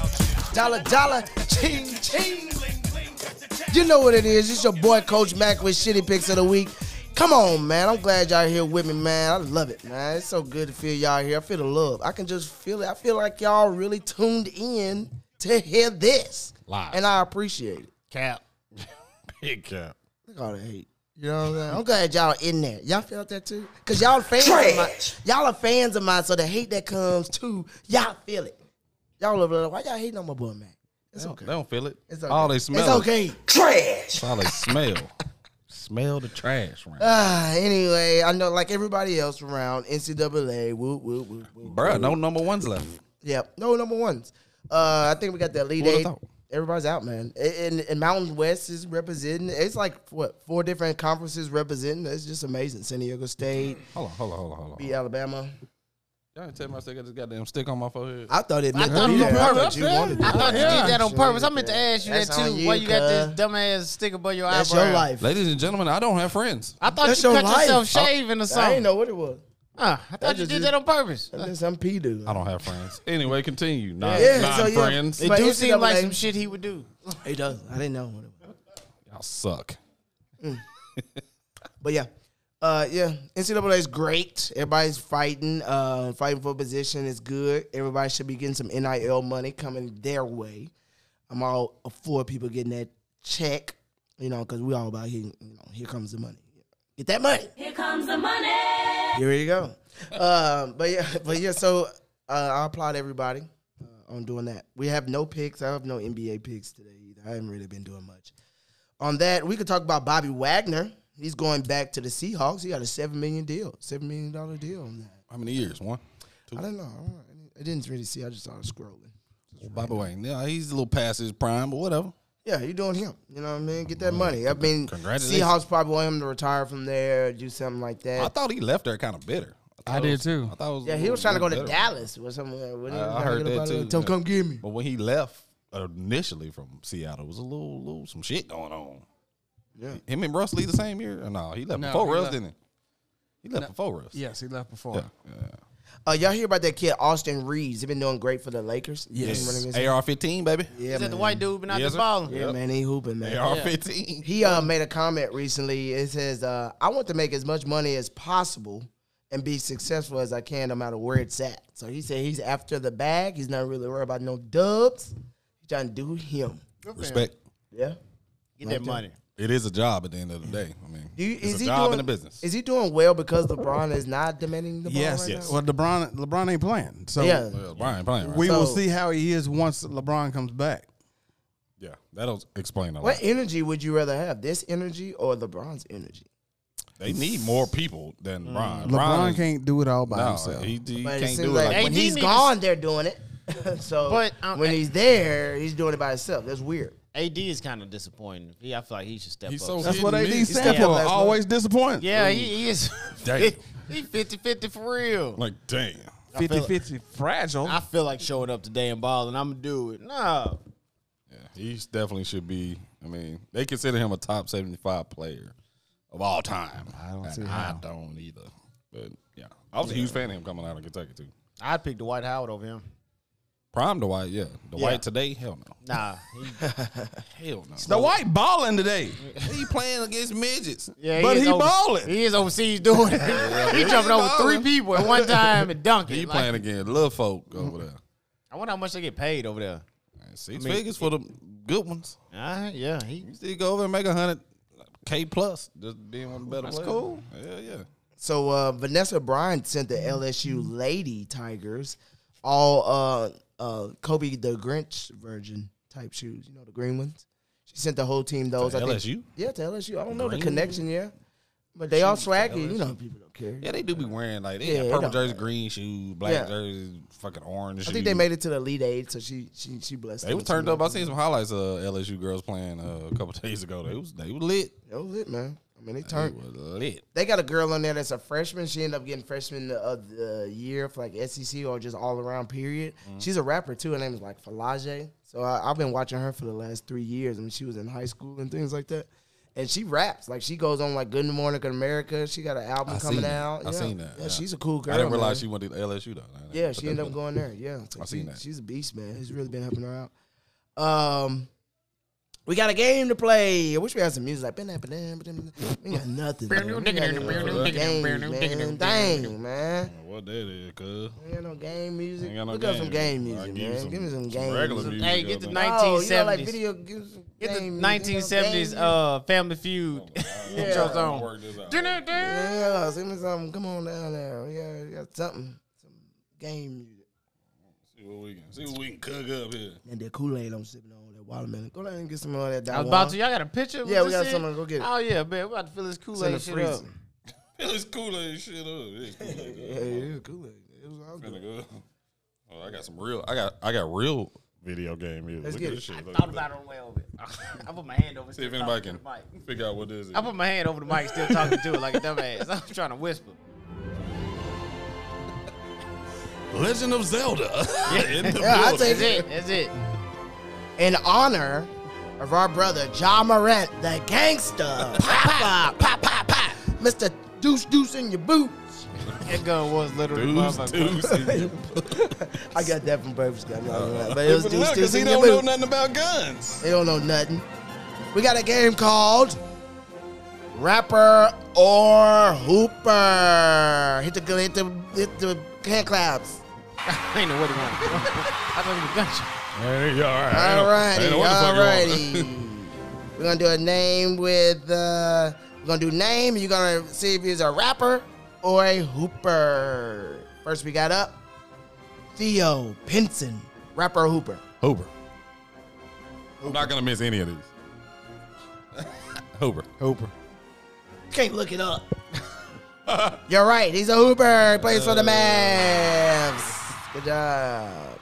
dollar, dollar, ching, ching. You know what it is. It's your boy Coach Mack with Shitty Picks of the Week. Come on, man. I'm glad y'all here with me, man. I love it, man. It's so good to feel y'all here. I feel the love. I can just feel it. I feel like y'all really tuned in to hear this.
Live.
And I appreciate it.
cap.
Big cap.
Look at all the hate. You know what I'm saying? I'm glad y'all in there. Y'all felt that too? Cause y'all fans of mine. Y'all are fans of mine, so the hate that comes too, y'all feel it. Y'all over there, why y'all hating on my boy Mac? It's okay.
They don't feel it.
It's
It's
okay.
All they smell.
It's
is-
okay.
It's all they smell. smell the trash, right?
Ah, anyway, I know like everybody else around NCAA. Woo, woo, woo, woo.
Bruh, no number ones left.
Yep. No number ones. Uh, I think we got the Elite
Who would've
Eight.
thought?
Everybody's out, man. A- And, and Mountain West is representing. It's like what four different conferences representing. It's just amazing. San Diego State,
Hold on, hold on, hold on, hold on.
beat Alabama.
Y'all ain't tell me I still got this goddamn stick on my forehead.
I thought it.
I
looked
thought it
good.
was on purpose.
You wanted
I
it.
thought you did that on
Sure
purpose. I
did
meant to
that.
ask you
That's
that
on
too. Why you got this
cuz.
dumbass stick above your
That's
eyebrow?
your life.
Ladies and gentlemen, I don't have friends.
I thought
That's
you
your
cut
life.
yourself shaving or
I
something.
ain't know what it was.
Huh, I thought you
just
did
it.
that on purpose.
That's some P dude.
I don't have friends. Anyway, continue. Non,
Yeah,
non
so, yeah.
friends.
It
But
do seem like
NCAA
some shit he would do.
He does. I didn't know what it was.
Y'all suck.
But yeah, uh, yeah, NCAA is great. Everybody's fighting, uh, fighting for position is good. Everybody should be getting some NIL money coming their way. I'm all for people getting that check, you know, because we all about here. You know, here comes the money. Get that money.
Here comes the money.
Here you go. um, but yeah, but yeah. So uh, I applaud everybody uh, on doing that. We have no picks. I have no NBA picks today either. I haven't really been doing much. On that, we could talk about Bobby Wagner. He's going back to the Seahawks. He got a seven million deal, seven million dollar deal on that.
How many years? One.
I don't know. I don't- I didn't really see. I just started scrolling.
Oh, By the way, yeah, he's a little past his prime, but whatever.
Yeah, you're doing him. You know what I mean? Get that money. I mean,
Congratulations.
Seahawks probably want him to retire from there, do something like that.
I thought he left there kind of bitter.
I
thought it
did
was-
too.
I thought it was a
yeah, he
little-
was trying to go to
little better.
Dallas or somewhere. Wasn't he?
I- I
Trying to
heard
get
that
up out of-
too,
Tell him,
yeah.
come get me.
But when he left initially from Seattle, it was a little, little some shit going on.
Yeah.
Him and Russ leave the same year? Or no, he left
No,
before
he
Russ,
left-
didn't he? He left before Russ.
Yes, he left before.
Yeah. yeah.
Uh, y'all hear about that kid Austin Reeves? He been doing great for the Lakers. Been running
Yes.
against-
AR 15, baby.
Is
yeah,
that
man.
the white dude been out
Yes, sir.
there balling?
Yeah, man, he hooping, man.
AR 15.
He uh, made a comment recently. It says, uh, "I want to make as much money as possible and be successful as I can, no matter where it's at." So he said he's after the bag. He's not really worried about no dubs. He's trying to do him.
Respect.
Yeah.
Get that money.
It is a job at the end of the day. I mean,
Do you,
it's
is
a
he
job
doing,
in the business.
Is he doing well because LeBron is not demanding the ball
Yes.
right
yes.
now?
Well, LeBron LeBron ain't playing, so
Yeah.
well, Brian playing, right?
we will
So-
see how he is once LeBron comes back.
yeah, that'll explain a lot.
What energy would you rather have? This energy or LeBron's energy?
They need more people than Brian. Brian
LeBron
is-
can't do it all by
No,
himself.
he, he
But it
can't
seems
do it.
like
Like,
Hey,
when
he
he's
needs-
gone, they're doing it. so
But, um,
when
I-
he's there, he's doing it by himself. That's weird.
AD is kind of disappointing. He, I feel like he should step
He's
up.
so-
That's what
He
AD
needs-
stand
Yeah,
for.
that's what-
Always disappointed.
yeah, he, he is.
Damn.
he 50 50 for real.
like, damn.
feel
50
it.
50 fragile.
I feel like showing up today and balling. I'm gonna do it. No,
Yeah, he definitely should be. I mean, they consider him a top seventy-five player of all time. I don't see I don't either. But yeah, I was a huge fan of him coming out of Kentucky too.
I'd pick Dwight Howard over him.
Prime Dwight, yeah. Dwight
Yeah.
today, hell no,
Nah, he,
hell no.
the white balling today.
he playing against midgets.
yeah,
But
is
he
over-
balling.
He is overseas doing it. he jumping over three
balling.
people at one time and dunking.
He
Like,
playing against little folk over there.
I wonder how much they get paid over there.
Six
I mean,
figures for the good ones.
Uh, yeah, he.
You still go over and make a hundred K plus, just being one of the better.
That's
players.
cool.
Yeah, yeah.
So uh, Vanessa Bryant sent the LSU Lady Tigers all uh, uh, Kobe the Grinch version type shoes. You know the green ones. She sent the whole team those.
To
I think-
LSU?
yeah, to LSU. I don't know
Green?
the connection. Yeah, but they all swaggy. You know people don't care.
Yeah, they do be wearing like they got
Yeah, it
purple
don't
jerseys, green shoes, black
Yeah.
jerseys, fucking orange.
I think they made it to the Elite Eight, so she she she blessed.
They
them
was turned
too.
up. I seen some highlights of LSU girls playing uh, a couple days ago. They was they was lit.
That was it, man. I mean, they
They
turned.
was lit.
They got a girl on there that's a freshman. She ended up getting freshman of the year for like SEC or just all around period.
Mm-hmm.
She's a rapper too. Her name is like Falaje. So I, I've been watching her for the last three years. I mean, she was in high school and things like that. And she raps like she goes on like Good Morning America. She got an album
I
coming
seen that.
out.
I
yeah.
seen that,
Yeah,
yeah.
she's a cool girl.
I didn't realize
man.
she went to LSU though.
Yeah, she ended up going there. Yeah, so
I
she-
seen that.
She's a beast, man. He's really been helping her out. Um, we got a game to play. I wish we had some music. Like, "Ba-da, ba-da, ba-da, ba-da." we got nothing. man. We got no games, man. Dang, man.
What that is, cuz.
We got no game music.
Ain't got no
Look up some game
game. I'll give
music,
you
man.
some-
Give me some
some
game
regular
music.
music.
Hey, get the
Music,
Oh, you know,
1970s.
like video. Give us some
Get the
game music, you know, Oh, game
1970s
music.
uh Family Feud intros
I'll
on.
work this out.
Yeah, send me something. Come on down there. We got, we got something. Some game music.
See what we can see what we can cook up here.
And that Kool Aid I'm sipping on, that watermelon. Go down and get some of that.
I was about to. Y'all got a picture?
Yeah,
with
we
this
got
shit?
someone. Go get it.
Oh yeah, man. We about to fill this Kool Aid
It's in
shit
the
up.
freezer.
It's cool as shit up. It's cool as
Yeah, it is Kool Aid. It was all
Kinda
good.
good. Oh, I got some real. I got I got real video game music.
Let's
Look
get
at
it.
this shit. Look
Thought
at that.
about it on the way over. I put my hand over.
See if
still
anybody
talking
can
to the mic.
figure out what this is.
I put my hand over the mic, still talking to it like a dumbass. I'm trying to whisper.
Legend of Zelda. In the
Yeah, I
building.
take
That's
it.
it. That's it.
In honor of our brother John Morant, the gangster. pop, pop, pop, pop. Mr. Deuce Deuce in your boots.
That gun was literally
Deuce,
motherfucker.
deuce, and-
I got that from Purpose Gun. But it was
But
Deuce
look,
Deuce
because he
in your
don't know
boots.
nothing about guns.
They don't know nothing. We got a game called Rapper or Hooper. Hit the hit the hit the hand claps.
I ain't know what he wanted. I don't even got you.
Hey, you all right. I
All
don't-
righty,
I don't know what the fuck
all
you want.
righty. We're gonna do a name with uh, we're gonna do name. You're gonna see if he's a rapper or a hooper. First, we got up Theo Pinson, rapper or hooper.
Hoover. I'm not gonna miss any of these. Hoover. Hoover.
Can't look it up. You're right. He's a hooper. He plays for the
Uh.
Mavs. Good job.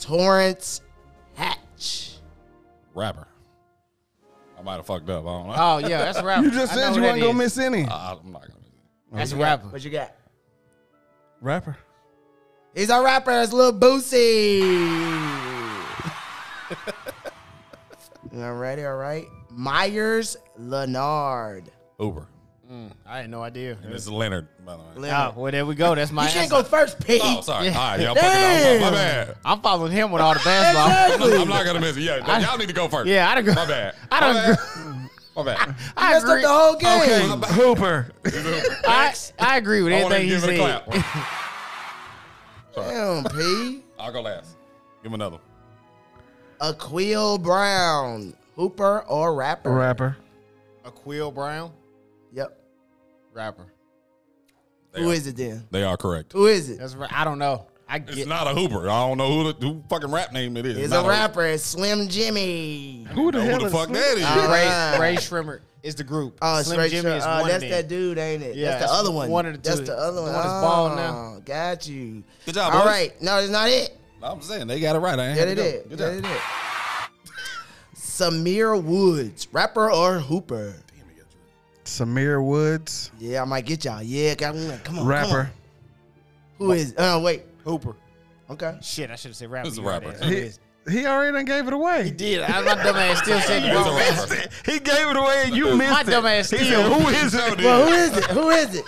Torrance Hatch.
Rapper. I might have fucked up. I don't know.
Oh yeah, that's a rapper.
You just
I
said
know
you
who
weren't
that
going to
is. Uh,
miss any.
I, I'm not gonna miss it.
That's a rapper.
What you got?
Rapper.
He's a rapper. It's Lil Boosie. all right, all right. Myers Leonard.
Hoover.
I had no idea.
And it's Leonard, by the way.
Oh, well, there we go. That's my
you can't
answer.
go first, Pete.
Oh, sorry.
Yeah.
All right, y'all fucking up. My
Damn.
bad.
I'm following him with all the basketball.
I'm not, I'm not gonna miss it. Yeah,
I-
y'all need to go first.
yeah, I don't go.
My bad.
I don't.
My
agree.
bad. My bad.
I
Messed up
agree.
the whole game.
Hooper.
I, I agree with
I want him to
everything he
give it a
said.
clap.
Damn, P.
I'll go last. Give him another. one.
Aquil Brown, hooper or rapper?
Rapper.
Aquil Brown,
Yep.
rapper.
They
Who
are-
is it then?
They are correct.
Who is it?
That's right. I don't know. I
It's
get.
not a Hooper. I don't know who the who fucking rap name it is.
It's
not
a rapper. It's Slim Jimmy.
Who
Know
the
who
hell
the
is
fuck that is?
Uh,
Ray, Ray Shrimmer is the group.
Oh,
Slim
straight
Jimmy
Jimmy
is
uh,
one
That's
of them.
that dude, ain't it?
Yeah,
that's the
that's
other one.
one of the two.
That's the other one.
The one that's bald
Oh,
now.
Got you.
Good job,
All
boys.
right. No, it's not it.
I'm saying they got it right. I ain't
Yeah,
had
they
to go.
did.
Good
Yeah,
job.
they did. Samir Woods, rapper or hooper?
Samir Woods.
Oh,
Yeah, I might get y'all. Yeah, got one. Come on, come on.
Rapper.
Who is? Oh, wait. Hooper. Okay.
Shit, I should have said rapper.
It's a
You right
rapper.
there. It
He,
is.
he already done gave it away.
He did. I, my dumb ass still said
It's a
wrong.
rapper.
He gave it away and you missed
My
it.
dumb ass
he said,
still-
"Who is
So
it?"
did-
Well, who is it? Who is it?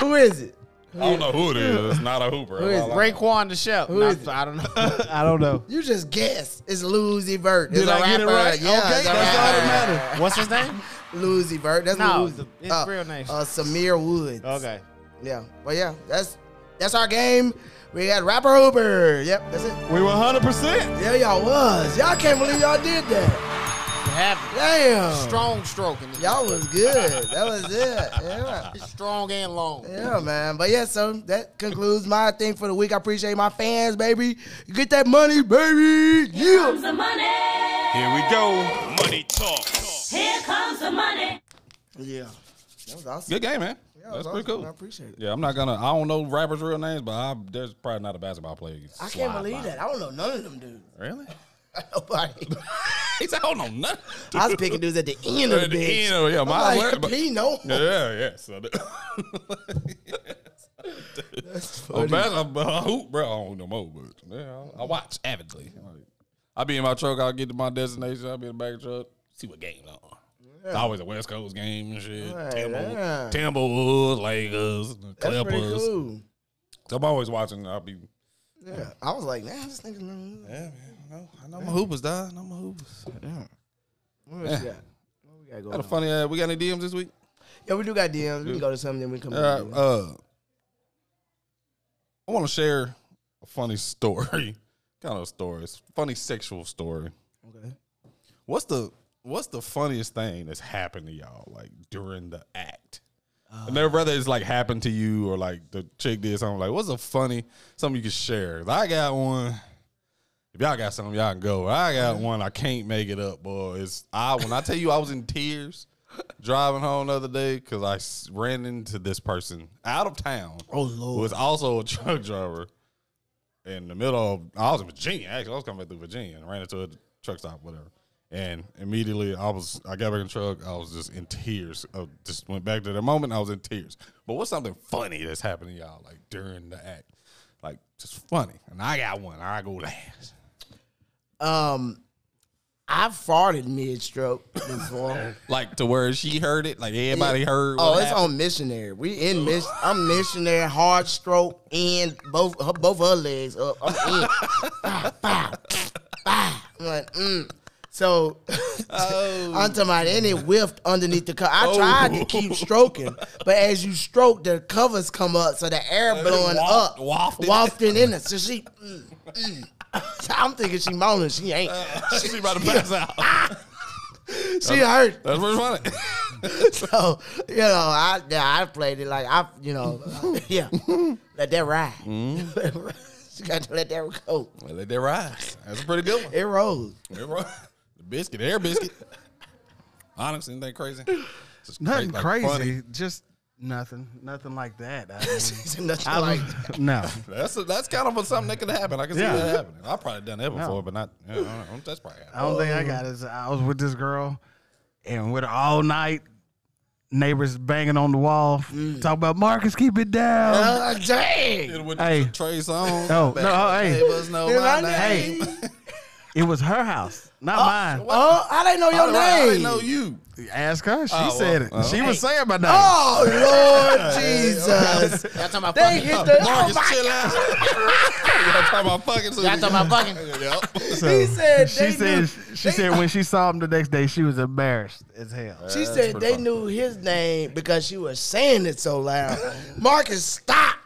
Who is it?
I don't know who it is. It's not a Hooper.
Who is
All I-
Raekwon the Chef.
Who
Nah,
is it?
I don't know. I don't know.
You just guess. It's Lucy Vert. It's
Did
a
I get it
rapper.
right?
Yeah,
Okay,
it's a
that's all that
rapper.
matters.
What's his name?
Lucy Vert. That's
No,
Lucy.
the- his real name.
Uh, Samir Woods.
Okay.
Yeah. But yeah, that's that's our game. We got rapper Hooper. Yep, that's it.
We were hundred percent.
Yeah, y'all was. Y'all can't believe y'all did that.
It happened.
Damn.
Strong stroke. In the
Y'all was good. That was it. Yeah.
Strong and long.
Yeah, man. But yeah, so that concludes my thing for the week. I appreciate my fans, baby. Get that money, baby. Yeah.
comes the money.
Here we go. Money talk.
Here comes the money.
Yeah. That was awesome.
Good game, man.
Yeah,
That's
that was
pretty
awesome.
cool.
I appreciate it.
Yeah, I'm not gonna. I don't know rappers' real names, but I, there's probably not a basketball player. you can
I can't
slide
believe
by.
that. I don't know none of them dudes.
Really?
Nobody.
He said, I don't know nothing.
I was picking dudes at the end of the
At the
bench.
end of- yeah,
I'm
my
like,
word, but-
he know.
yeah, yeah. So the, a basketball a hoop, uh, bro. I don't know more, but yeah, I, I watch avidly. Like, I be in my truck. I get to my destination. I be in the back of the truck. See what game's on. It's always a West Coast game and shit.
Right,
Timber,
yeah.
Timberwolves, Lakers,
That's pretty
Clippers.
cool.
So I'm always watching. I'll be.
Yeah. I was like, man, this nigga's
Yeah, man. I know my hoopers, dog. I know my hoopers.
What else we got? What we got going
Got a
on?
funny. Uh, we got any DMs this week?
Yeah, we do got DMs. We can go to something, then we can come
Uh,
back. to it.
uh, I want to share a funny story. kind of a story. It's a funny sexual story.
okay.
What's the What's the funniest thing that's happened to y'all like during the act? and then whether it's like happened to you or like the chick did something like what's a funny something you can share? 'Cause I got one. If y'all got something, y'all can go. I got one. I can't make it up, boy. It's I when I tell you I was in tears driving home the other day because I s- ran into this person out of town.
Oh,
who
Lord.
was also a truck driver. In the middle of, I was in Virginia. Actually, I was coming back through Virginia and ran into a truck stop, whatever. And immediately, I was, I got back in the truck. I was just in tears. I just went back to that moment. I was in tears. But what's something funny that's happened to y'all, like during the act, like just funny? And I got one. I go last. uh,
Um, I farted mid stroke before.
Like to where she heard it, like everybody heard.
oh,
what
it's on missionary. We in mission. I'm missionary. Hard stroke and both her, both her legs up. I'm in. Bah, bah, bah. I'm like, mm. So
Oh.
I'm talking about and it whiffed underneath the cover. I tried to keep stroking, but as you stroke, the covers come up, so the air blowing
waft-
up,
wafted.
wafting in it. So she, mm, mm. So I'm thinking she moaning. She ain't.
happened. she about to pass out.
She hurt.
That's what's funny.
So you know, I yeah, I played it like I you know yeah, let that ride.
Mm-hmm.
you got to let that go.
Well, let that rise. That's a pretty good one.
It rolls.
Air ro- the biscuit, air biscuit. Honestly, anything crazy? Just
Nothing
like,
crazy.
funny.
Just nothing. Nothing like that. I mean,
It's nothing like
no.
That's a, that's kind of a, something that could happen. I can
Yeah.
see that happening. I've probably done that before,
No.
but not. Yeah, I don't know. That's probably
I
happened.
don't think I got it. I was with this girl and with her all night. Neighbors banging on the wall,
Mm.
talk about Marcus, keep it down.
uh, dang.
It with
Hey.
Trey Song.
Oh, no, oh, hey.
Neighbors know my name.
Hey, it was her house, not mine.
Oh, I didn't know
How
your
do I, I didn't
name.
know you.
Ask her. She
Oh,
said it.
well,
she
well.
was saying my name.
Oh Lord Jesus!
Y'all talking about
They
fucking.
hit the. Oh
Uh, Marcus, chill out. Y'all talking about fucking.
Y'all talking about fucking.
Yep.
So,
He said
she
they
said
knew-
she said when she saw him the next day, she was embarrassed as hell.
She said they knew his name because she was saying it so loud. Marcus, stop.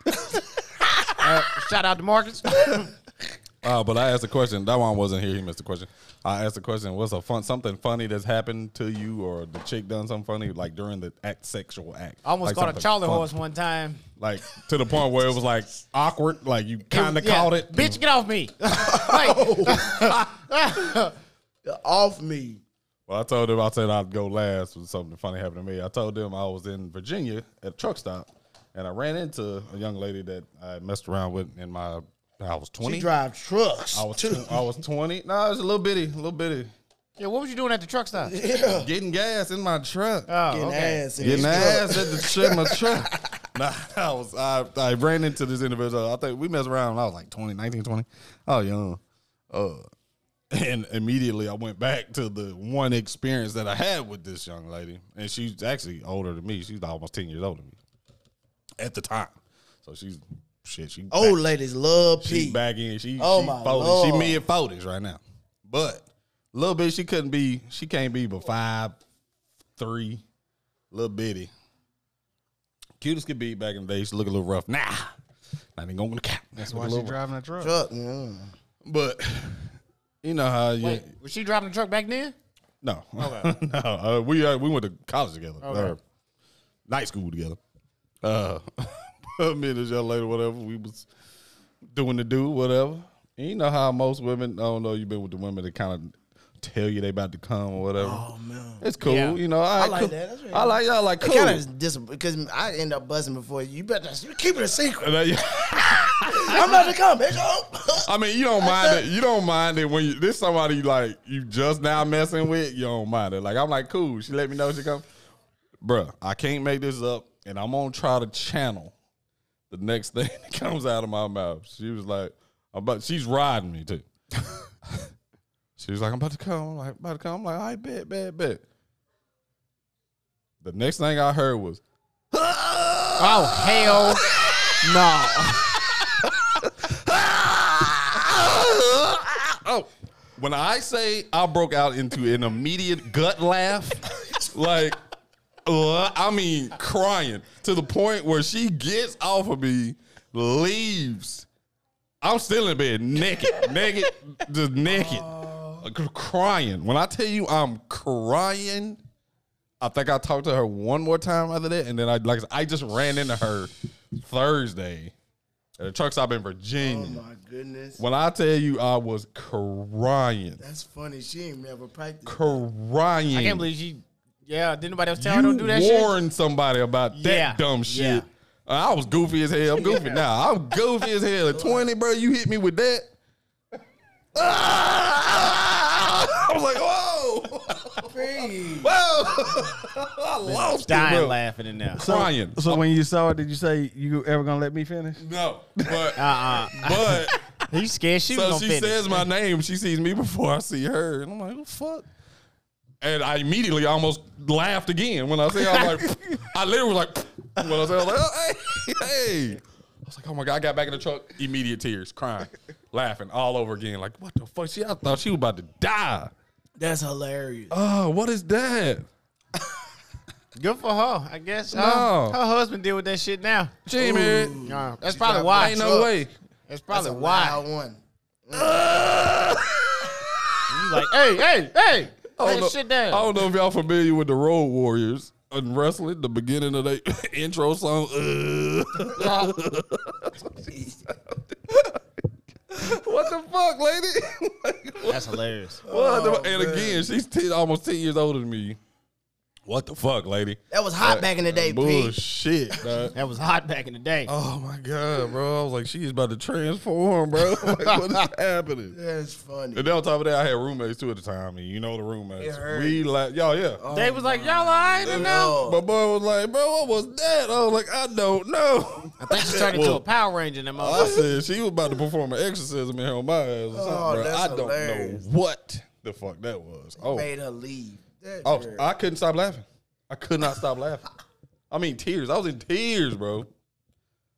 Shout out to Marcus.
Uh, but I asked a question. That one wasn't here. He missed the question. I asked the question. What's a fun something funny that's happened to you, or the chick done something funny like during the act, sexual act?
I almost
Like
caught a
something
Charlie
funny.
horse one time.
Like to the point where it was like awkward. Like you kind of
Yeah.
caught it.
Bitch, get off me. like,
Off me.
Well, I told them I said I'd go last when something funny happened to me. I told them I was in Virginia at a truck stop, and I ran into a young lady that I messed around with in my. I was
She
twenty. Oh,
drive trucks.
I was tw- I was twenty. No, it was a little bitty, little bitty.
yeah, what was you doing at the truck stop?
Getting gas in my truck.
Oh,
Getting
okay.
ass in
Getting
his
ass at the shit in my truck. Nah, I was I, I ran into this individual. I think we messed around. When I was like 20, 19, 20. I was young. Uh, and immediately I went back to the one experience that I had with this young lady, and she's actually older than me. She's almost ten years older than me at the time. So she's shit. She
Old
back-
ladies love
She
pee.
back in. She
Oh
she
my
40. She
Lord.
mid forties right now. But little bit she couldn't be. She can't be but five, three, little bitty. Cute as could be back in the day. She look a little rough. Nah, not even going to cap.
That's why she driving that truck.
Truck, mm.
But you know how you
Wait, was she driving the truck back then?
no no uh, we uh, we went to college together or night school together. Uh, me and this young lady, whatever we was doing the do whatever. And you know how most women, I don't know, you've been with the women that kind of tell you they about to come or whatever. Oh man, it's cool.
Yeah.
You know, I,
like
cool.
that. That's really
I like y'all like cool.
Kind of disappointed because I end up buzzing before you. You better you keep it a secret.
And I-
I'm about to come, bitch. Oh.
I mean, you don't mind it. You don't mind it when you, this somebody like you just now messing with. You don't mind it. Like I'm like cool. She let me know she come, bruh. I can't make this up, and I'm gonna try to channel the next thing that comes out of my mouth. She was like, I'm about. She's riding me too. she was like, I'm about to come. I'm like about to come. I'm like, I bet, bet, bet. The next thing I heard was,
Oh hell no!
oh, when I say I broke out into an immediate gut laugh, like uh, I mean crying to the point where she gets off of me, leaves. I'm still in bed, naked, naked, just naked, like, crying. When I tell you I'm crying, I think I talked to her one more time after that, and then I like I said, I just ran into her Thursday at a truck stop in Virginia.
Oh, my goodness,
When I tell you I was crying,
that's funny. She ain't never practiced.
crying.
I can't believe she. Yeah, did nobody else tell
you
her don't do that shit?
warned somebody about that
Yeah,
dumb
yeah.
shit. Uh, I was goofy as hell. I'm goofy now. I'm goofy as hell. At 20, bro, you hit me with that. Ah! I was like, whoa, whoa, I lost it,
Dying
bro.
laughing in there.
So-
Crying.
So when you saw it, did you say you ever gonna let me finish?
No, but
Uh uh
but.
He scared she was
so
gonna
she
finish.
says my name. She sees me before I see her, and I'm like, "What the fuck?" And I immediately almost laughed again when I said, "I was like, I literally was like, when I said, I was like, oh, hey, hey." I was like, "Oh my god!" I got back in the truck, immediate tears, crying, laughing all over again. Like, what the fuck? She, I thought she was about to die.
That's hilarious.
Oh, what is that?
Good for her, I guess. Her,
No.
her husband deal with that shit now.
Gee, man,
Uh, that's probably
driving
why.
ain't no way.
That's
that's
probably
a
why.
wild one.
You like, hey, hey, hey,
I
lay
don't,
that shit
know, I
down.
don't know if y'all familiar with the Road Warriors and wrestling. The beginning of the intro song. "Uh." what the fuck, lady? Like,
That's hilarious.
what the- and again, she's 10, almost 10 years older than me. What the fuck, lady?
That was hot back in the day, P.
Bullshit, dog.
That was hot back in the day.
Oh my god, bro! I was like, she is about to transform, bro. Like, what is happening?
That's funny.
And then on top of that, I had roommates too at the time, and you know the roommates.
hurt.
We like, y'all, yeah.
they was like, y'all all right in there?
Oh,
My boy was like, bro, what was that? I was like, I don't know.
I think she turned into
Well, oh,
a Power Ranger in that
I
motherfucker.
said she was about to perform an exorcism in her on my ass or something,
Oh,
bro.
that's
I don't
hilarious.
know what the fuck that was. Oh,
made her leave. That
oh,
girl.
I couldn't stop laughing. I could not stop laughing. I mean, tears. I was in tears, bro.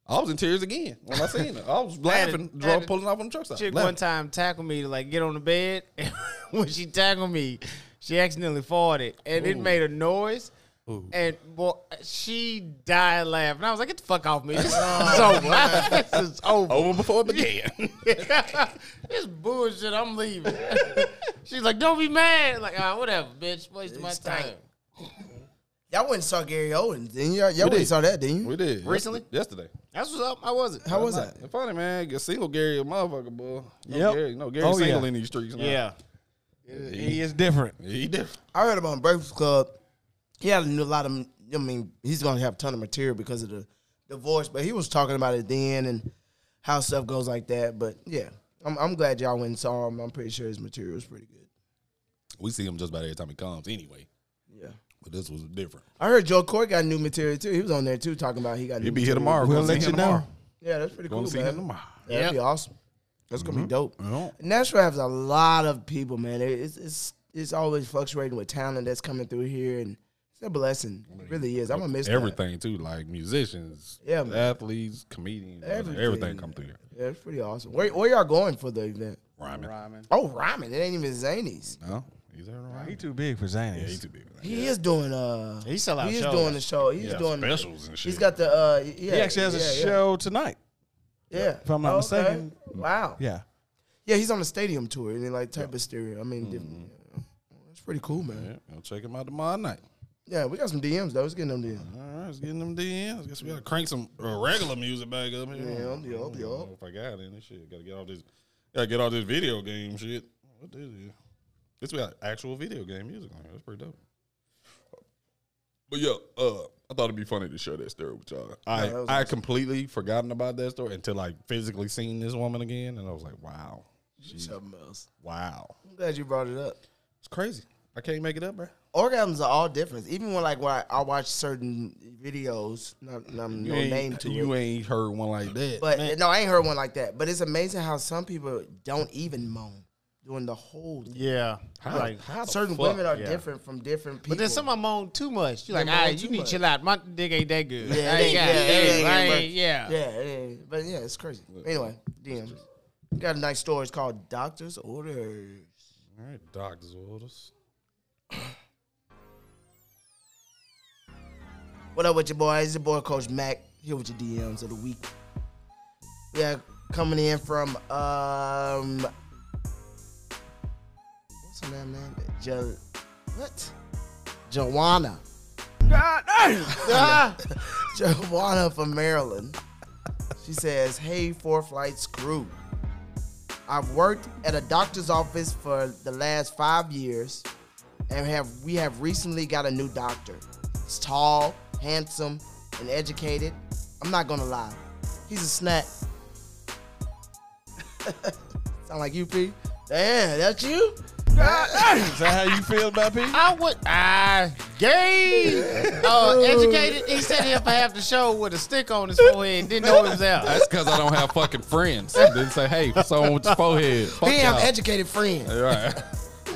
I was in tears again when I seen it. I was laughing,
Added-
drunk,
added-
pulling off on the truck stop.
Chick
laughing.
one time tackled me to like get on the bed. And when she tackled me, she accidentally farted and it made a noise. And boy, she died laughing. I was like, "Get the fuck off me! This is over. this is over.
Over before it began.
this bullshit. I'm leaving." She's like, "Don't be mad." Like, ah, whatever, bitch. Wasting my
It's
time.
tight. y'all went and saw Gary Owens, didn't y'all? Y'all went
did.
and saw that, didn't you?
we did.
Recently?
Yesterday.
That's what's up. How was it?
How was that?
It's Funny man, Get single Gary, a motherfucker, boy. No
Yep.
Gary, no Gary,
Oh,
single
yeah.
in these streets. Now.
Yeah.
He is different.
he different.
I heard about Breakfast Club. He had a new- lot of. I mean, he's gonna have a ton of material because of the divorce, but he was talking about it then and how stuff goes like that. But yeah, I'm, I'm glad y'all went and saw him. I'm pretty sure his material is pretty good.
We see him just about every time he comes. Anyway,
Yeah,
but this was different.
I heard Joe Coy got new material too. He was on there too talking about he got. new
He'll be here
material.
tomorrow.
We'll
Gonna see
let
him
you know.
tomorrow.
Yeah, that's pretty
Gonna
cool,
see
man.
him tomorrow. Mm-hmm.
Yeah, That'd be awesome. That's gonna be dope.
Yeah.
Nashville has a lot of people, man. It- It's it's it's always fluctuating with talent that's coming through here, and it's a blessing. It really is. I'm gonna miss that.
everything too, like musicians,
Yeah, man.
athletes, comedians, everything,
Everything.
everything come through here.
Yeah, it's pretty awesome. Where where y'all going for the event?
Rhyming.
Oh, rhyming. It ain't even Zanies.
No, he's there right.
He too big for Zanies.
Yeah, he too big.
He is doing uh.
He sell out
He is
shows.
doing the show. He's
Yeah,
doing
specials and shit.
He's got the uh. Yeah,
He actually has a
yeah, yeah,
show tonight.
Yeah, Oh,
if I'm not mistaken.
Wow. Yeah.
Yeah.
he's on the stadium tour and then like type of stereo. I mean, different.
Mm-hmm.
That's pretty cool, man.
Yeah, I'll check him out tomorrow night.
Yeah, we got some DMs though. Let's get them DMs.
All right, let's get them DMs. Guess we gotta crank some uh, regular music back up here.
Yeah,
I don't
yup, yup.
know If I got any shit, gotta get all this. Gotta get all this video game shit. What this is? This we got actual video game music on here. That's pretty dope. But yeah, uh, I thought it'd be funny to share that story with y'all. I
that was
I completely forgotten about that story until I physically seen this woman again, and I was like, wow, Jeez.
Something else.
wow,
I'm glad you brought it up.
it's crazy. I can't make it up, bro.
Orgasms are all different. Even when like when I, I watch certain videos, not, not
You
no
ain't-
name to
you
it.
ain't heard one like that.
But no, I ain't heard one like that. But it's amazing how some people don't even moan during the whole. Thing.
Yeah.
How-
like,
how the
Certain
fuck?
women are
yeah.
different from different people.
but then some of them moan too much. You're
They
like, all
moan
right,
too
you need
much.
to chill out. My dick ain't that good.
Yeah, it
I
ain't-
got
yeah, it ain't-
I
it ain't-
ain't- yeah.
Yeah, yeah, but yeah, it's crazy. Anyway, DMs. Got a nice story. It's called Doctor's Orders.
All right, doctor's orders.
What up with your boy? It's your boy Coach Mac here with your DMs of the week. Yeah, coming in from um what's her name name? Jo what? Joanna. God Joanna from Maryland. She says, Hey Four Flights crew. I've worked at a doctor's office for the last five years and have we have recently got a new doctor. He's tall, handsome, and educated. I'm not gonna lie, he's a snack. Sound like you, P? Damn, that's you?
Is that how you feel about Pete?
I would. I gay. uh, educated. He sat here for half the show with a stick on his forehead. Didn't know it was out.
That's because I don't have fucking friends. Didn't say, hey, what's on with your forehead? Fuck
P, I'm
y'all.
educated
eh.
friend.
right.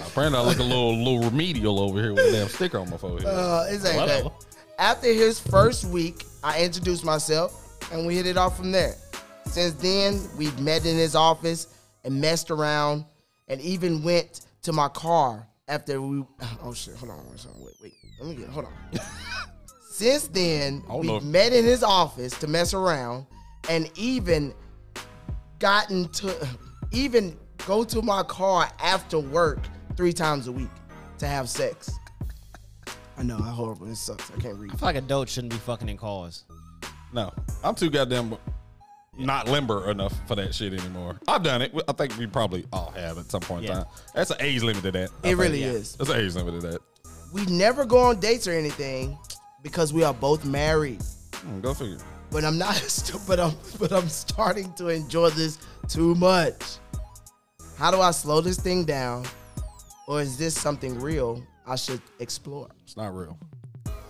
Apparently, I look a little little remedial over here with a damn sticker on my forehead.
Uh, it's like that.
Whatever.
After his first week, I introduced myself and we hit it off from there. Since then, we've met in his office and messed around and even went to my car after we. Oh shit, hold on, hold on, wait, wait. Let me get, hold on. Since then,
don't
we've
know if-
met in his office to mess around and even gotten to even go to my car after work three times a week to have sex. I know, I horrible. It sucks. I can't read.
I feel like adults shouldn't be fucking in cars.
no, I'm too goddamn not limber enough for that shit anymore. I've done it. I think we probably all have at some point in
Yeah.
time. That's an age limit to that. I
It
think.
really is.
That's an age limit to that.
We never go on dates or anything because we are both married.
Hmm, go figure.
But I'm not but I'm but I'm starting to enjoy this too much. How do I slow this thing down? Or is this something real I should explore?
It's not real.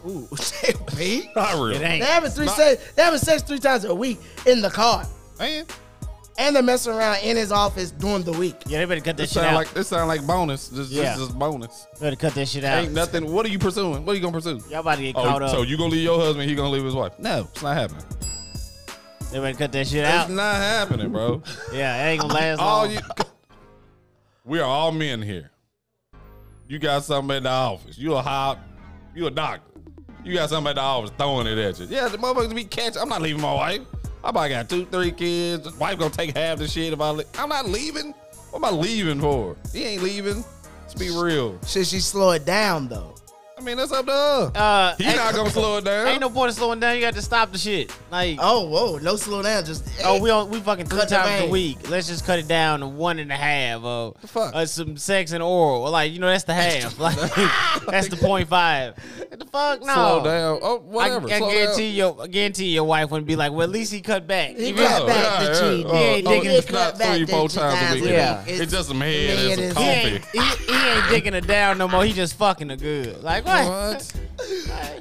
Ooh, JP.
Not real.
It
They
ain't.
having three sex they having sex three times a week in the car.
Man,
And they're messing around in his office during the week.
Yeah, they better cut that
this
shit
sound
out.
like this sound like bonus. This,
Yeah.
this is bonus.
better cut that shit out.
Ain't nothing. What are you pursuing? What are you gonna pursue?
Y'all about to get caught
Oh,
up.
so you gonna leave your husband? He gonna leave his wife? No, it's not happening.
they better cut that shit
It's
out.
not happening, bro.
yeah, it ain't gonna last
all
long.
Oh, you, we are all men here. You got something at the office. You a hot, you a doctor. You got something at the office throwing it at you. Yeah, the motherfuckers be catching. I'm not leaving my wife. I probably got two, three kids. Wife gonna take half the shit if I. Le- I'm not leaving. What am I leaving for? He ain't leaving. Let's be real.
Should she slow it down though?
I mean, that's up to her.
Uh,
he
ain't-
not gonna slow it down.
Ain't no point in slowing down. You got to stop the shit. Like, oh,
Oh, whoa, no slow down, just
we on, we fucking three
Cut the
times a
vein.
week. Let's just cut it down to one and a half. Uh,
fuck?
uh, some sex and oral. Or like, you know, that's the half. Like, that's the point five. What the fuck? No.
slow down. Oh,
I,
whatever.
I
slow down.
guarantee your, I guarantee your wife wouldn't be like, well, at least he cut back.
He
You
cut
know?
back the cheat.
Oh,
He ain't
oh,
digging
it's
his
not
cut back
three,
the
four
two
times a
times
week.
a
Yeah.
week.
It's,
It's-
just some head and
it
some
is-
He
coffee.
ain't, he, he ain't digging her down no more. He just fucking her good. Like what?
What?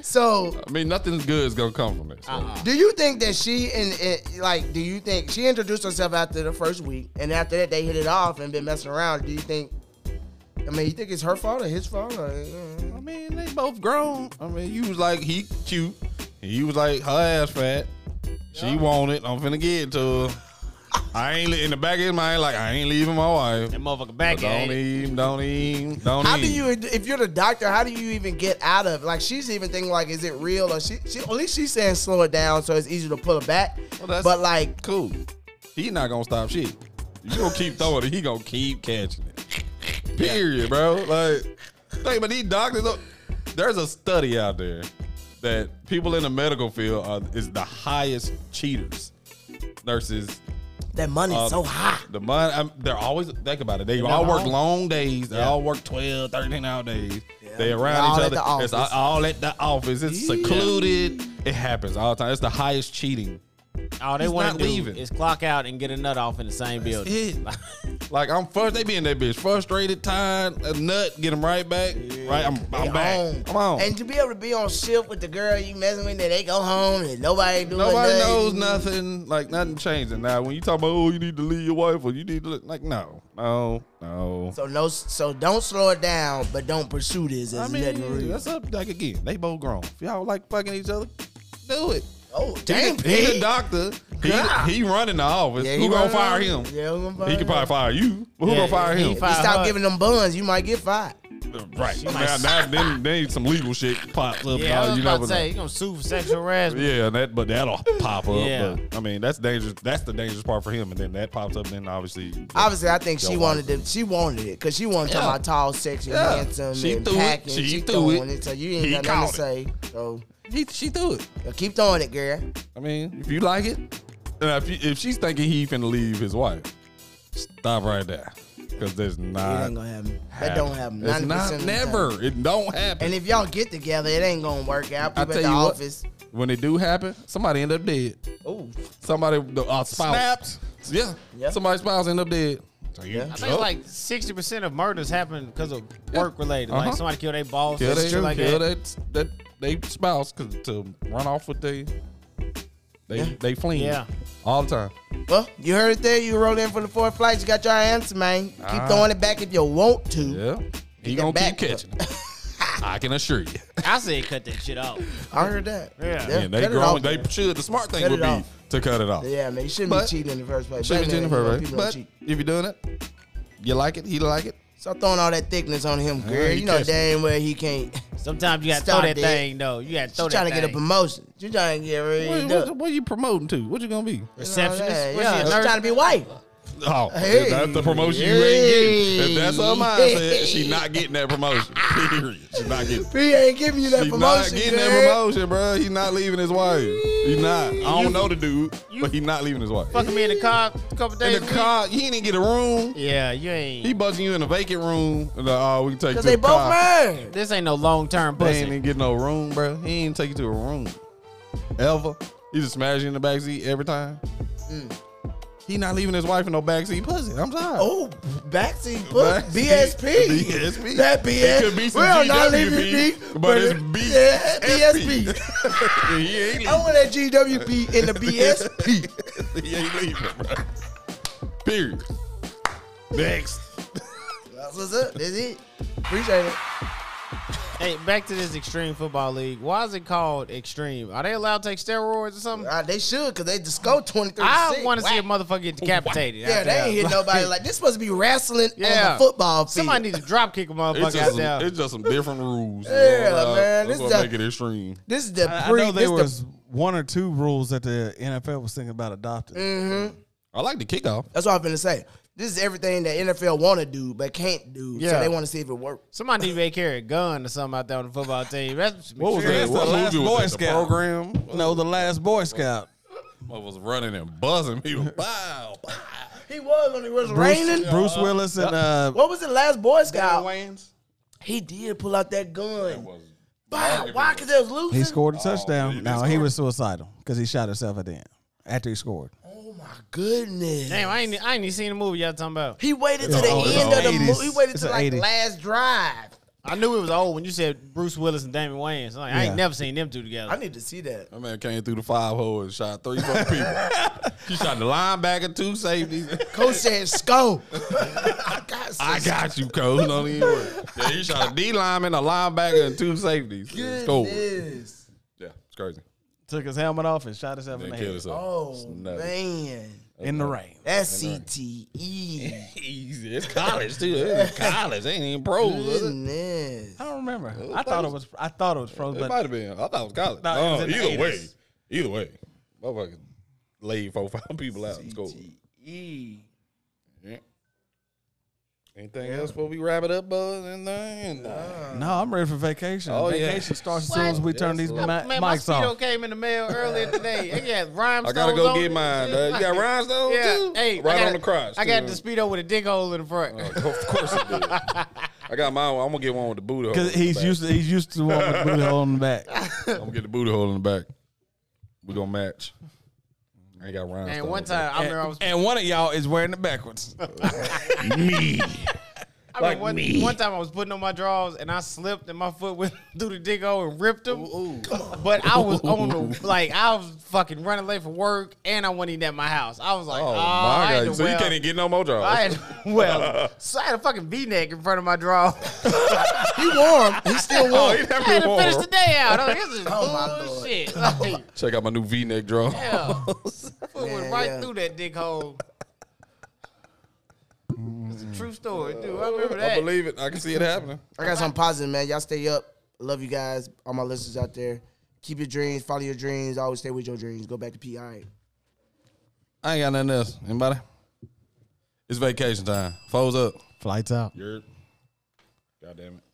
So,
I mean, nothing good is gonna come from it. so.
do you think that she and and, like, do you think she introduced herself after the first week, and after that they hit it off and been messing around? Do you think? I mean, you think it's her fault or his fault? Or, uh,
I mean, they both grown. I mean, you was like he cute. He was like her ass fat. She want it. I'm finna get it to her. I ain't li- in the back of his mind like I ain't leaving my wife.
That motherfucker back
Don't
at it.
even, don't even, don't
How do
even.
you, if you're the doctor, how do you even get out of? it? Like she's even thinking, like, is it real or she? she at least she's saying slow it down, so it's easier to pull it back.
Well, that's-
but like,
cool. He not gonna stop shit. You gonna keep throwing it. He gonna keep catching it. Period, bro. Like, think about these doctors. though. There's a study out there that people in the medical field are is the highest cheaters. Nurses,
that money's
uh,
so high.
The money, I'm, they're always think about it. They all work long days. They all work 12, 13 hour days. They around
All
each
at
other.
the
it's
office.
all at the office. It's secluded. It happens all the time. It's the highest cheating.
All they
He's
want
not
to do
leaving.
is clock out and get a nut off in the same building.
Like I'm first, they be in that bitch frustrated, tired, a nut, get them right back. Right, I'm, I'm back. Come on,
And to be able to be on shift with the girl you messing with, then they go home and nobody doing
nobody
nothing.
knows nothing. Like nothing changing now. When you talk about oh, you need to leave your wife or you need to like no, no, no.
So no, so don't slow it down, but don't pursue this
I
as nothing
mean,
real.
that's up. Like again, they both grown. If y'all like fucking each other, do it.
oh damn,
he, he the
Pete.
doctor.
God.
He, he running the office.
Yeah,
who
he
gonna
running
fire
the
him?
office. Yeah, who gonna fire
he can
him?
probably fire you. But who
Yeah,
gonna fire
he
him?
fire-
You stop
500.
giving them buns, you might get fired.
right. Now, now then, then some legal shit pops up.
Yeah, I
now,
was
Oh, you
about
never
to
know.
say you gonna sue for sexual harassment.
Yeah, that but that'll pop up.
Yeah.
But, I mean, that's dangerous. That's the dangerous part for him. And then that pops up. Then obviously,
Obviously, I think
Your
she
wife.
wanted them. She wanted it because she wanted to
Yeah.
talk about tall, sexy,
Yeah.
handsome,
She
and
threw it.
packing.
She threw
throwing
it.
it. So you ain't
He
got nothing to
caught
say. So
he, she threw it.
yeah, keep throwing it, girl.
I mean, if you like it, and if, you, if she's thinking he finna leave his wife, stop right there because there's
It
not.
ain't gonna happen. That don't happen.
It's
90%
not
of the time.
never. It don't happen.
And if y'all get together, it ain't gonna work out.
I
People
tell
at the
you what.
office.
when they do happen, somebody end up dead.
Oh,
Somebody, the uh, spouse. Snapped. Yeah.
Yeah.
Somebody's spouse end up dead. So you
Yeah.
I think
drunk.
like sixty percent of murders happen because of work related. Like
Uh-huh.
somebody killed their boss.
kill
and shit
they,
like
kill
that.
that that they spouse 'cause to run off with they they they fling.
Yeah.
all the time.
well, you heard it there. You rolled in for the fourth flight. You got your answer, man. Keep
Ah.
throwing it back if you want to.
Yeah, he
Mm-hmm. Get
gonna
back
keep catching. it. I can assure you.
I said cut that shit off.
I heard that.
Yeah.
And they
cut it
grown.
off,
They
man.
should. The smart thing
Cut
would
it
be
off.
to cut it off.
yeah, man. You shouldn't
But-
be cheating in the first place.
Should be
But
doing it
anyway,
for
people don't
But if
cheat.
you're doing it, you like it. He like it.
Stop throwing all that thickness on him, girl.
he
you know
catching
damn well he can't.
Sometimes you gotta
Stop
throw that
it.
thing though. You gotta throw
She's
that
trying to
thing.
get a promotion. She's trying to get
What,
raised up.
what, what you promoting to? What you gonna be?
Receptionist.
Yeah,
What's
yeah.
your
She's
nurse?
trying to be white.
Oh,
Hey.
if that's the promotion you ain't getting. If that's her
Hey.
mindset, she not getting that promotion. Period. She not getting. it.
P ain't giving you that
He's not
promotion, Mm.
getting
girl.
that promotion, bro. He's not leaving his wife. He's not. I don't know the dude, but he's not leaving his wife.
Fucking me in the car a couple
In
days.
the
a week.
car, he didn't get a room.
Yeah, you ain't.
He buzzing you in a vacant room. And, uh, we can take you
Cause
to
they
the
both
car.
married.
This ain't no long term
They ain't
pussy.
even get no room, bro. He ain't take you to a room ever. He just smash you in the backseat every time. He not leaving his wife in no backseat pussy. I'm sorry.
Mm. Oh, backseat book,
Backseat.
BSP.
BSP.
That BS.
It could be some
we are
GWP,
not leaving B,
but it's BSP.
Yeah, BSP.
he ain't
I
leaving.
want that GWP in the BSP.
he ain't leaving, bro. Period. Next.
That's what's up. That's it. Appreciate it.
Hey, back to this extreme football league. Why is it called extreme? Are they allowed to take steroids or something?
Uh, they should, cause they just go twenty three.
I want to see a motherfucker get decapitated.
Yeah,
out
they
there.
ain't hit nobody like this. Supposed to be wrestling
Yeah.
on the football field.
Somebody needs to drop kick a
It's
motherfucker
just,
out
some,
there.
it's just some different rules.
Yeah,
Uh,
man,
That's
this
what
is a-
make it extreme.
this is the
I, I
pre.
know
this
there
the-
was one or two rules that the NFL was thinking about adopting.
I like the kickoff.
that's what I'm gonna say. This is everything that NFL want to do but can't do. So
Yeah.
they want to see if it works.
Somebody need to carry a gun or something out there on the football team. That's
What was
That's
that? What
the last
movie was
Boy
that? The
Scout.
program?
No, the last Boy Scout.
I was running and buzzing people. Wow.
He was when it was raining.
Bruce, Bruce Willis and uh,
What was the last Boy Scout?
Wayans.
He did pull out that gun.
was
Wow, why? Because it was losing.
he scored a
Oh, he
touchdown.
did
No, he
score.
was suicidal because he shot himself at the end after he scored.
Oh my goodness!
Damn, I ain't I ain't even seen the movie y'all talking about.
He waited to
It's
the
all- it's
end
all
of the
80s.
movie. He waited
It's
to
a
like
80s.
last drive.
I knew it was old when you said Bruce Willis and Damon Wayans. I'm like, I
Yeah.
ain't never seen them two together.
I need to see that.
That man came through the five hole and shot three fucking people. he shot the linebacker, two safeties.
Coach said, "Sco." I got. Some.
I got you, coach. Don't even worry. Yeah, he shot a D lineman, a linebacker, and two safeties. Yeah, scored.
Goodness.
Yeah, it's crazy.
Took his helmet off and shot himself in
They
the
killed
head.
himself.
Oh
It's nuts.
man,
In the rain.
S C T E.
Easy. It's college too. It's college. They ain't even pros. is it?
Mm. Goodness.
I don't remember. I thought it was I thought it was froze,
It
but
might have been. I thought it was college.
No, it was
Uh,
in the
either way,
80s.
either way, motherfucker laid four five people out in school.
E.
Yeah. Anything else? Before we wrap it up, Buzz? Anything? Nah.
No, I'm ready for vacation.
Oh, yeah.
vacation starts as soon as we turn these mi-
Absolutely.
Man, my
mics
speedo
off.
came in the mail earlier today. It got rhinestones
I gotta go
on
get
it.
mine. dog. You got rhinestones
Yeah,
too?
hey, I
right
got-
on the crotch.
I got
too.
the speedo with a dick hole in the front.
Oh, of course it did. I got my. own. I'm gonna get one with the booty hole.
Cause
in the
he's
back.
used to he's used to the one with the booty hole in the back.
I'm gonna get the booty hole in the back. We gonna match. I ain't got rhinestones.
and one time, I remember I was.
And, and one of y'all is wearing it backwards.
me.
I remember one, one time I was putting on my drawers and I slipped and my foot went through the dick hole and ripped them. But I was on the like I was fucking running late for work and I wasn't even at my house. I was like,
Oh
oh, I
my
had
god!
to
So you
weld-
can't even get no more jobs.
I had well, so I had a fucking V neck in front of my drawer.
He warm. He still
Oh, he
I
warm.
had
definitely
to
wore.
finish the day out. I was like, this is
Oh, my
bullshit.
Lord.
Like,
Check out my new V-neck draw.
yeah. Foot went
Man,
right
yeah.
through that dick hole. It's a true story, dude. I remember that.
I believe it. I can see it happening.
I got something positive, man. Y'all stay up. I love you guys. All my listeners out there. Keep your dreams. Follow your dreams. Always stay with your dreams. Go back to PI.
I ain't got nothing else. Anybody? It's vacation time. Foes up.
Flights out.
You're. God damn it.